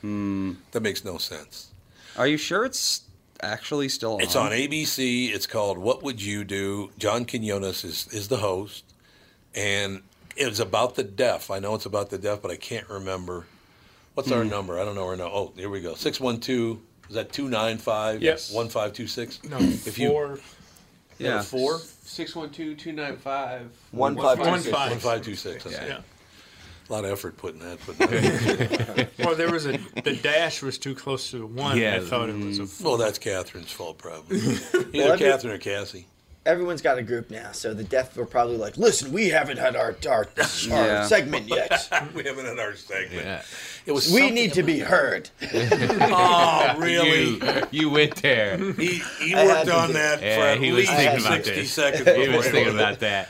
S2: Hmm.
S1: behind? That makes no sense.
S2: Are you sure it's actually still on?
S1: It's
S4: Uh-huh.
S1: on ABC. It's called What Would You Do? John Quinones is, is the host. And it's about the deaf. I know it's about the deaf, but I can't remember. What's our
S5: Hmm.
S1: number? I don't know our number. Oh, here we go. 612. Is that 295?
S5: Yes.
S1: 1526?
S5: No,
S1: If you-
S5: four.
S1: Yeah.
S5: Yeah.
S1: Four?
S3: 612 295
S1: One five two six. One five two six.
S6: Yeah.
S1: Yeah. A lot of effort putting that.
S4: [laughs]
S1: But [laughs]
S6: Well, there was a the dash was too close to the one. I thought it was a
S1: Well, that's Catherine's fault,
S4: [laughs]
S1: probably.
S4: Well,
S1: Either
S4: every-
S1: Catherine or Cassie.
S4: Everyone's got a group now, so the deaf were probably like, "Listen, we haven't had our our, our
S1: [laughs] Yeah.
S4: segment yet.
S1: [laughs] [laughs] we haven't had our segment. It
S4: we
S1: was
S4: need to be heard."
S1: oh, really?
S3: [laughs] You, you went there.
S1: He, he
S4: I
S1: worked
S4: had to
S1: on
S4: do-
S1: that
S3: Yeah,
S1: for at
S3: he was
S1: least
S3: thinking about
S1: 60
S3: this.
S1: seconds.
S3: He
S1: before
S3: was thinking about that.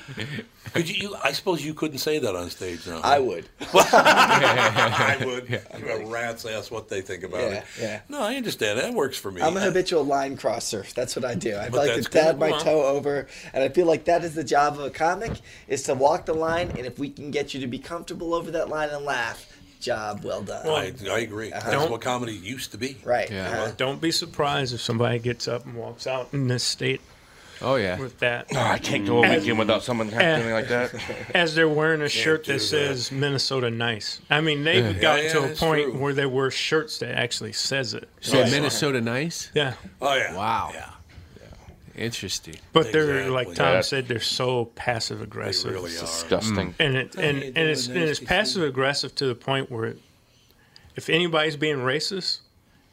S1: Could you, you? I suppose you couldn't say that on stage. No,
S4: I would.
S3: [laughs]
S1: [laughs] I would. Give a rat's ass what they think about
S4: Yeah,
S1: it.
S4: yeah.
S1: No, I understand. That works for me.
S4: I'm a habitual line crosser. That's what I do. I
S1: But
S4: like to
S1: that's
S4: dab
S1: cool.
S4: my toe over, and I feel like that is the job of a comic: is to walk the line. And if we can get you to be comfortable over that line and laugh, job well done.
S1: I, I agree. That's
S6: Don't-
S1: what comedy used to be.
S4: Right. Uh,
S6: Well, Don't be surprised if somebody gets up and walks out in this state.
S3: Oh yeah.
S6: With that.
S9: Oh, I can't go a
S6: As-
S9: weekend without someone kind of
S6: and-
S9: doing like that.
S6: As they're wearing a
S9: Can't
S6: shirt
S9: do
S6: that says Minnesota Nice. I mean,
S3: Yeah.
S6: they've got
S3: Yeah,
S6: to
S3: yeah,
S6: a
S3: that's
S6: point
S3: true.
S6: where there were shirts that actually says it.
S3: [laughs] So Minnesota nice?
S6: Yeah.
S1: Oh yeah.
S3: Wow. Yeah. Interesting.
S6: But they're like Tom said, they're so passive aggressive.
S3: really It's are. disgusting.
S6: And it
S3: How you
S6: and, and
S3: doing,
S6: it's and it's
S3: HBC?
S6: passive aggressive to the point where, it, if anybody's being racist,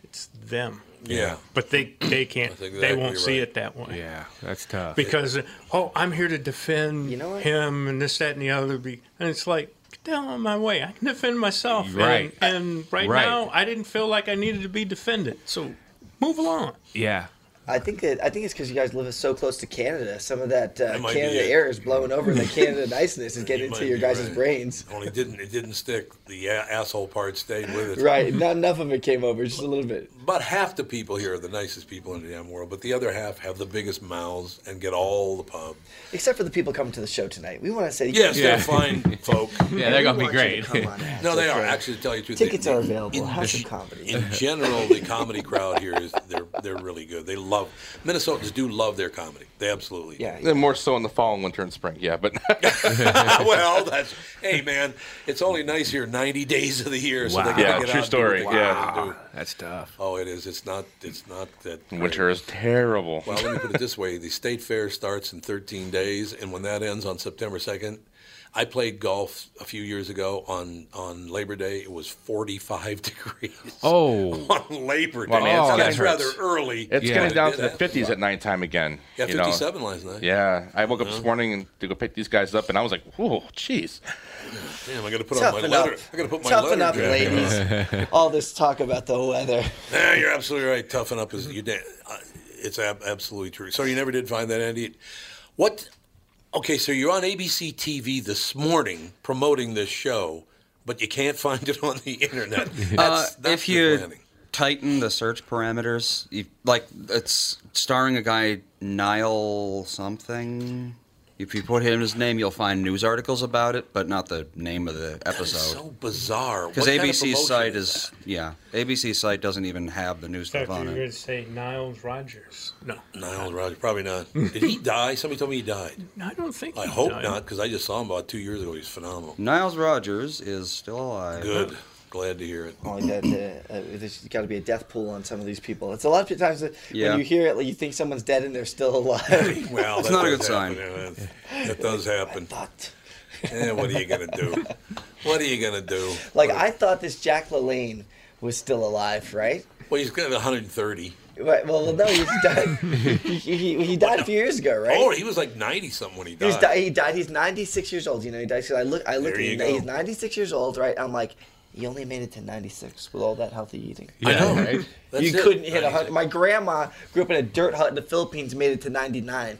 S6: it's them.
S3: Yeah.
S6: But they they can't.
S3: That's exactly
S6: they won't see
S3: right.
S6: it that way.
S3: Yeah, that's tough.
S6: Because oh, I'm here to defend him and this, that, and the other. Be and it's like get the hell out of my way. I can defend myself. And-
S3: Right.
S6: And, right,
S3: Right.
S6: now, I didn't feel like I needed to be defended. So move along.
S3: Yeah.
S4: I think that I think it's because you guys live so close to Canada. Some of that, uh,
S1: That might be
S4: Canada
S1: it.
S4: air is blowing over,
S1: [laughs]
S4: and the Canada niceness is getting
S1: You
S4: into
S1: might
S4: your
S1: be
S4: guys'
S1: right.
S4: brains.
S1: Only didn't it didn't stick. The a- asshole part stayed with it.
S4: [laughs] Right, not enough of it came over, just a little bit.
S1: About half the people here are the nicest people in the damn world, but the other half have the biggest mouths and get all the pub.
S4: Except for the people coming to the show tonight. We want to say
S1: Yes,
S4: yeah.
S1: they're fine
S9: [laughs]
S1: folk.
S4: Yeah, they're gonna be We want you to great. come on out.
S1: no, they
S4: That's
S1: are
S4: right.
S1: actually. To tell you the truth,
S4: [laughs] Tickets
S1: they-
S4: are available.
S1: in-
S4: Have some comedy.
S1: In general, the comedy crowd here is they're they're really good. They love Minnesotans do love their comedy. They absolutely do. [laughs]
S9: Then more so in the fall and winter and spring. Yeah, but [laughs]
S1: well, that's hey man, it's only nice here ninety days of the year, so they
S9: Wow.
S1: gotta
S9: Yeah,
S1: get out
S9: true
S1: and do what
S9: story,
S1: they gotta
S9: yeah.
S1: do.
S3: That's tough.
S1: Oh, it is. It's not. It's not that. great.
S9: winter is terrible.
S1: Well, let me put it this way: the state fair starts in 13 days, and when that ends on September 2nd, I played golf a few years ago on on Labor Day. It was 45 [laughs] degrees.
S3: Oh.
S1: on Labor Day.
S9: Well, I mean, it's
S1: Now,
S9: gonna
S1: that's
S9: hurt.
S1: rather early.
S9: It's
S1: but
S9: getting
S1: it
S9: down
S1: did
S9: to the
S1: happen.
S9: 50s at nighttime again.
S1: Yeah,
S9: you know.
S1: 57 last night.
S9: Yeah, I woke up
S1: Yeah.
S9: this morning to go pick these guys up, and I was like, "Whoa, jeez!"
S1: Damn, I got to put on my
S4: Toughen
S1: letter.
S4: up.
S1: I got to put my
S4: Toughen
S1: letter
S4: up,
S1: jacket on. [laughs]
S4: ladies. All this talk about the weather.
S1: Yeah, Eh, you're absolutely right. Toughen up is you. da- uh, It's ab- absolutely true. So you never did find that, Andy. What? Okay, so you're on ABC TV this morning promoting this show, but you can't find it on the internet. That's,
S2: uh, if you tighten the search parameters, you, like it's starring a guy Niall something. If you put in his name, you'll find news articles about it, but not the name of the
S1: that is so
S2: episode.
S1: bizarre.
S2: Because
S1: What kind of
S2: ABC's
S1: promotion
S2: site
S1: is
S2: is yeah, ABC's site doesn't even have the new
S6: So
S2: stuff
S6: if you were
S2: on it.
S6: going to say Niles Rogers. No.
S1: Niles Rogers, probably not. Did
S2: [laughs]
S1: he die? Somebody told me he died.
S6: No, I don't think
S1: I
S6: he
S1: hope
S6: died.
S1: not, because I just saw him about two years ago. He's phenomenal.
S2: Niles Rogers is still alive. [laughs]
S1: Good. Glad to hear it.
S4: Oh, that, uh, uh, there's got to be a death pool on some of these people. It's a lot of times that
S2: Yeah.
S4: when you hear it, like, you think someone's dead and they're
S1: [laughs]
S4: still alive.
S1: Well,
S2: It's
S1: that
S2: not a
S1: does
S2: good sign.
S1: happen, yeah, That, that does happen. Eh, what are you gonna
S4: [laughs]
S1: do? What are you gonna do?
S4: like I thought this Jack LaLanne was still alive, right?
S1: Well, he's got 130.
S4: But, well, no, he's
S1: [laughs]
S4: died. he, he, he died a few years ago, right?
S1: Oh, he was like 90 something when he died.
S4: He's di- he died. He's 96 years old. You know, he died. So I look. I look.
S1: There
S4: at
S1: you
S4: him,
S1: go.
S4: He's 96 years old, right? I'm like, he only made it to 96 with all that healthy eating.
S1: I know, right? That's
S4: you
S1: it,
S4: couldn't hit a hundred. My grandma grew up in a dirt hut in the Philippines, made it
S1: [laughs]
S4: to 99,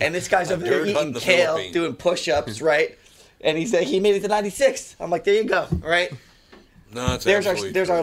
S4: and this guy's over there
S1: dirt hut in
S4: eating
S1: the
S4: kale,
S1: Philippines.
S4: doing push-ups, right? And he said he made it to 96. I'm like, there you go, right?
S1: No, it's
S4: there's our
S1: absolutely
S4: there's
S1: true.
S4: our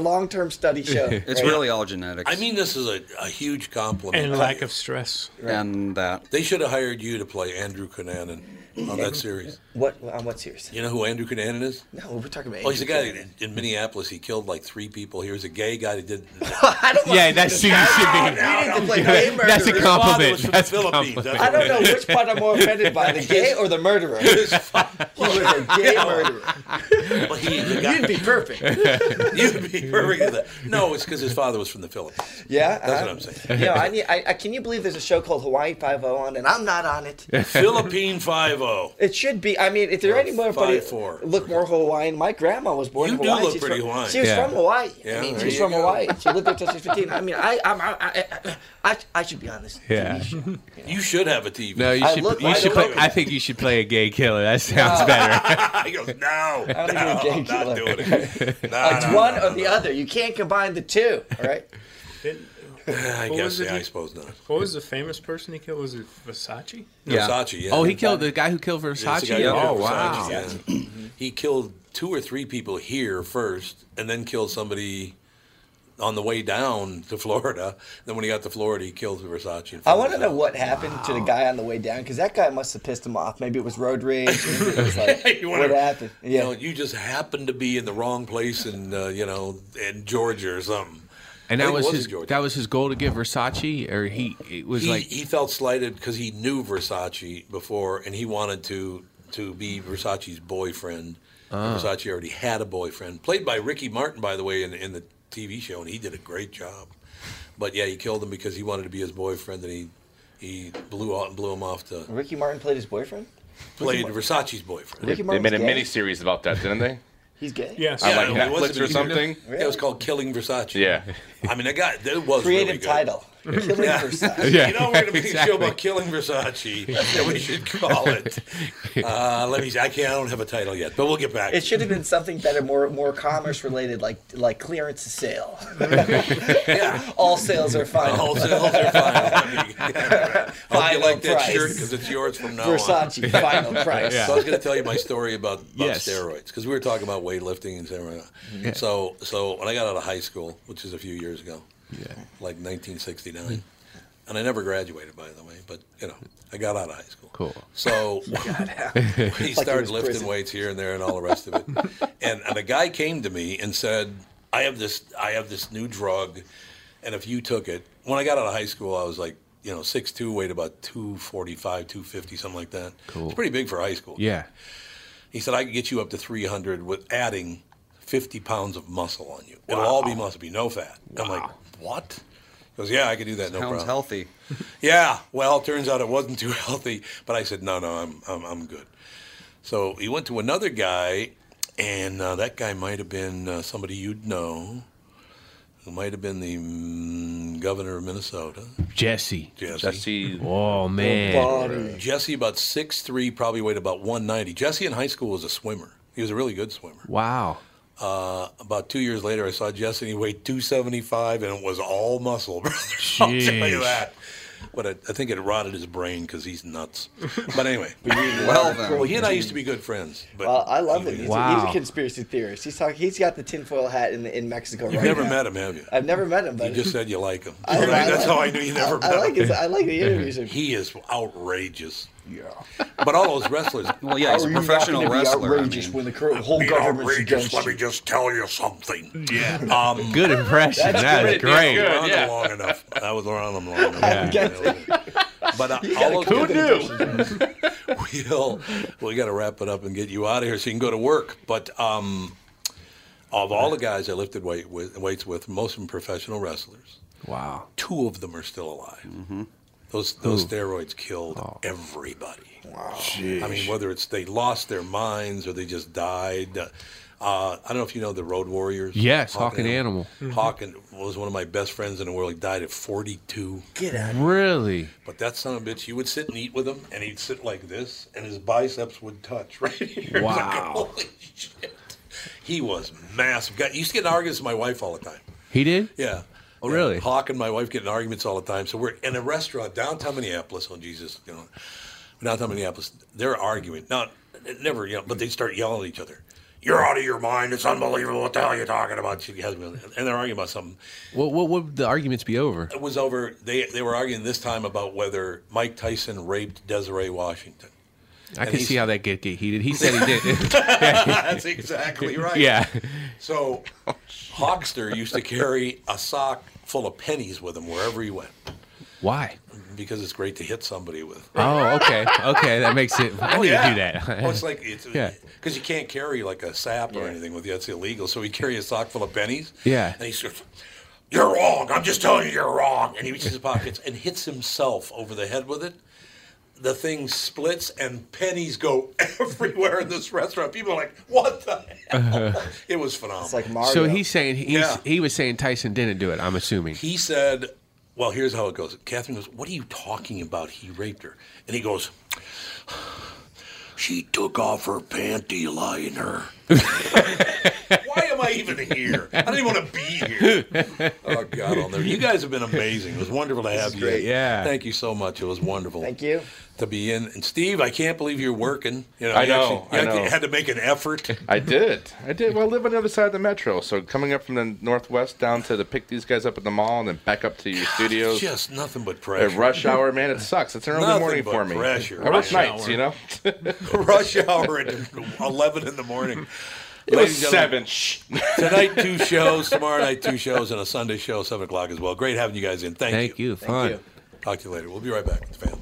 S1: [laughs]
S4: long-term study show.
S2: It's
S4: right?
S2: really all genetics.
S1: I mean, this is a, a huge compliment.
S6: And lack of stress.
S2: and that.
S1: They should have hired you to play Andrew Cunanan on that series.
S4: What on what series?
S1: You know who Andrew Cunanan is?
S4: No, we're talking about.
S1: Oh, he's a
S4: Andrew
S1: guy
S4: Cunanan.
S1: in, in Minneapolis. He killed like three people. He was a gay guy that did.
S4: [laughs]
S3: Yeah, that seems
S1: [laughs] No,
S3: to be.
S1: no, no.
S4: Like, hey,
S3: That's a
S4: murderer.
S3: compliment.
S1: from the
S3: That's a
S1: Philippines.
S3: compliment.
S4: I don't know which part I'm more offended by, the gay or the [laughs] murderer. He was a gay murderer.
S1: Well, he- the guy-
S4: You'd be perfect.
S1: You'd
S4: [laughs]
S1: be perfect at that. No, it's because his father was from the Philippines.
S4: Yeah,
S1: That's
S4: uh,
S1: what I'm saying.
S4: You know, I need, I, I, can you believe there's a show called Hawaii Five O on, and I'm not on [laughs] it.
S1: Philippine Five oh. O.
S4: It should be. I mean, if there any more buddy,
S1: 5'4".
S4: look more Hawaiian. My grandma was born
S1: You
S4: in
S1: do
S4: Hawaii.
S1: look
S4: She's
S1: pretty
S4: from,
S1: Hawaiian.
S4: She was
S1: Yeah.
S4: from Hawaii.
S1: Yeah,
S4: I mean,
S1: there
S4: she was
S1: you
S4: from
S1: go.
S4: Hawaii. She lived there till she's 15. I mean, I, I'm, I, I, I, I should be on this.
S3: Yeah.
S1: You should have a TV.
S3: No, Oh, you
S4: I
S3: should.
S4: look
S3: You
S4: like
S3: should
S4: a
S3: play,
S4: woman.
S3: I think you should play a gay killer. That sounds better.
S1: [laughs] he goes, no, no,
S4: don't
S1: I'm
S4: even get
S1: not
S4: killer.
S1: doing it. No,
S4: It's
S1: no,
S4: one
S1: no,
S4: or
S1: no,
S4: the
S1: no.
S4: other. You can't combine the two. All right.
S6: Didn't-
S1: I
S6: What
S1: guess,
S6: was it
S1: yeah, I
S6: he-
S1: suppose not.
S6: What was the famous person he killed? Was it Versace?
S1: Yeah. Versace, yeah.
S3: Oh, he killed the guy who killed
S1: That's the
S3: Versace.
S1: guy who did
S3: Oh,
S1: Versace,
S3: wow.
S1: yeah. he killed two or three people here first, and then killed somebody on the way down to Florida. Then when he got to Florida, he killed Versace. in
S4: I want to
S1: Florida.
S4: know what happened to the guy on the way down because that guy must have pissed him off. Maybe it was road rage. maybe
S1: [laughs]
S4: it was like,
S1: You wanna-
S4: what happened?
S1: You,
S4: Yeah.
S1: know, you just happened to be in the wrong place in uh, you know in Georgia or something.
S3: And
S1: I
S3: that
S1: think it
S3: was
S1: in
S3: his.
S1: Georgia.
S3: That was his goal to get Versace, or he. It was
S1: he,
S3: like
S1: he felt slighted because he knew Versace before, and he wanted to to be Versace's boyfriend.
S3: Ah.
S1: Versace already had a boyfriend, played by Ricky Martin, by the way, in, in the TV show, and he did a great job. But yeah, he killed him because he wanted to be his boyfriend, and he he blew out blew him off to
S4: Ricky Martin played his boyfriend.
S1: played Versace's boyfriend.
S9: They, they made a mini series about that, didn't they?
S4: He's gay.
S6: Yes.
S9: On like
S1: it was a
S9: Netflix or
S1: mini-
S9: something.
S1: Yeah, it was called Killing Versace.
S9: Yeah.
S1: I mean, that guy that was
S4: Creative
S1: really good.
S4: title. Killing Versace.
S6: Yeah,
S1: you know, we're going to make a show
S6: exactly.
S1: about killing Versace. That's what we should call
S6: [laughs]
S1: it. Uh, let me see. I can't. I don't have a title yet, but we'll get back.
S4: It should have been something better, more more commerce related, like like clearance sale. [laughs]
S1: Yeah.
S4: All sales are fine.
S1: All sales are fine. I
S4: [laughs] Final
S1: like that
S4: price.
S1: shirt because it's yours from now
S4: Versace,
S1: on.
S4: final price.
S1: So I was going to tell you my story about, about
S4: Yes.
S1: steroids because we were talking about weightlifting and everything.
S6: Yeah.
S1: So so when I got out of high school, which is a few years ago, like 1969, and I never graduated, by the way, but you know, I got out of high school.
S6: Cool.
S4: [laughs]
S1: So [laughs] we
S6: it
S1: started
S6: was
S1: lifting
S6: prison.
S1: weights here and there and all the rest
S6: [laughs]
S1: of it. and, and a guy came to me and said, I have this I have this new drug and if you took it when I got out of high school I was like, you know, six two, weighed about two forty five, two fifty, something like that.
S6: Cool.
S1: It's pretty big for high school.
S6: Yeah.
S1: He said, I can get you up to 300 with adding 50 pounds of muscle on you. It'll all be muscle, be no fat. I'm like, what? He goes, yeah, I could do that, no
S2: Sounds
S1: problem.
S2: healthy.
S1: yeah, well, it turns out it wasn't too [laughs] healthy, but I said, no, no, I'm, I'm, I'm good. So he went to another guy, and uh, that guy might have been uh, somebody you'd know, who might have been the mm, governor of Minnesota.
S6: Jesse.
S1: Jesse.
S6: Oh man.
S1: Jesse, about 6'3, probably weighed about 190. Jesse in high school was a swimmer. He was a really good swimmer.
S6: Wow.
S1: Uh, about two years later, I saw Jesse, and he weighed 275, and it was all muscle, [laughs] brother. I'll tell you
S6: Jeez.
S1: that. But I, I think it rotted his brain because he's nuts. But anyway,
S4: Well, then.
S1: he and I used to be good friends. But
S4: well, I love him. He's, a, he's
S1: Wow.
S4: a conspiracy theorist. He's talking. He's got the tinfoil hat in in Mexico
S1: you've
S4: right
S1: never
S4: now.
S1: met him, have you?
S4: I've never met him, but
S1: You just said you like him.
S4: I- I
S1: That's
S4: like
S1: how I
S4: him.
S1: knew you never
S4: I- I
S1: met
S4: like
S1: him.
S4: his- I like the interviews.
S1: He is outrageous. Yeah. But all those wrestlers.
S2: Well,
S4: yeah, he's a How are you not professional gonna be wrestler, I outrageous mean. when the cur- whole
S1: Be
S4: government's
S1: outrageous,
S4: against
S1: Let
S4: you?
S1: me just tell you something. Yeah. [laughs] Um,
S6: Good impression. That's That is good. great.
S1: I was around
S6: Yeah.
S1: long enough. I was around them long
S6: [laughs]
S1: enough. But uh,
S6: You got a
S1: all those
S6: good
S1: we'll we got to wrap it up and get you out of here so you can go to work. But um, of all the guys I lifted weight with, weights with, most of them professional wrestlers.
S6: Wow. Mm-hmm.
S1: Two of them are still alive. Those those
S6: Who?
S1: steroids killed
S6: Oh.
S1: everybody. Wow. I
S6: Jeez.
S1: mean, whether it's they lost their minds or they just died. Uh, I don't know if you know the Road Warriors.
S6: Yes, Hawk and Animal. Mhm.
S1: Hawking was one of my best friends in the world. He died at 42.
S4: Get
S6: Really?
S1: But that son of a bitch, you would sit and eat with him, and he'd sit like this, and his biceps would touch [laughs] right here. It was like,
S6: Wow.
S1: holy shit. He was massive. Guy, he used to get in arguments with my wife all the time.
S6: He did?
S1: Yeah.
S6: Oh,
S1: Yeah.
S6: really?
S1: Hawk and my wife get in arguments all the time. So we're in a restaurant downtown Minneapolis. Oh, Jesus, you know, downtown Minneapolis. They're arguing. Now, it never, you know, but they start yelling at each other. You're out of your mind. It's unbelievable. What the hell are you talking about? She has me, and they're arguing about something.
S6: What what would the arguments be over?
S1: It was over. They they were arguing this time about whether Mike Tyson raped Desiree Washington.
S6: I
S1: And
S6: can
S1: he's-
S6: see how that get get heated. He said he did.
S1: [laughs] That's exactly right.
S6: Yeah.
S1: So, Hawkster used to carry a sock full of pennies with him wherever he went
S6: Why?
S1: because it's great to hit somebody with.
S6: Oh, okay. Okay, that makes it I
S1: Oh,
S6: need
S1: yeah.
S6: to do
S1: [laughs]
S6: that.
S1: well, it's like it's
S6: Yeah.
S1: because you can't carry like a sap or anything with you. That's illegal. So he carry a sock full of pennies.
S6: Yeah.
S1: And he says, "You're wrong. I'm just telling you, you're wrong." And he reaches his pockets and hits himself over the head with it. The thing splits and pennies go [laughs] everywhere in this restaurant. People are like, "What the?"
S6: Uh-huh.
S1: Hell? it was phenomenal. It's like
S6: So he's saying he's,
S1: Yeah.
S6: he was saying Tyson didn't do it, I'm assuming.
S1: He said, "Well, here's how it goes." Catherine goes, "What are you talking about? He raped her." And he goes, "She took off her panty liner." [laughs] Why am I even here? I don't even want to be here. Oh God, on there. You guys have been amazing. It was wonderful to have you.
S6: great. Yeah.
S1: Thank you so much. It was wonderful. Thank
S4: you.
S1: To be in and Steve, I can't believe you're working. You know,
S9: I
S1: you
S9: know,
S1: actually- you
S9: I
S1: actually
S9: know.
S1: had to make an effort.
S9: I did. I did. Well, I live on the other side of the metro, so coming up from the northwest down to to pick these guys up at the mall and then back up to your studios.
S1: Just nothing but pressure. [laughs]
S9: At rush hour, man, it sucks. It's an early
S1: Nothing
S9: morning
S1: but
S9: for me.
S1: pressure.
S9: I work
S1: Rush
S9: nights,
S1: hour.
S9: you know.
S1: rush hour at 11 in the morning.
S9: It was
S1: Ladies and gentlemen,
S9: seven. Shh.
S1: Tonight, two shows. Tomorrow night, two shows. And a Sunday show, 7 o'clock as well. Great having you guys in. Thank,
S6: Thank you. Fun.
S1: Talk to you later. We'll be right back. Fans.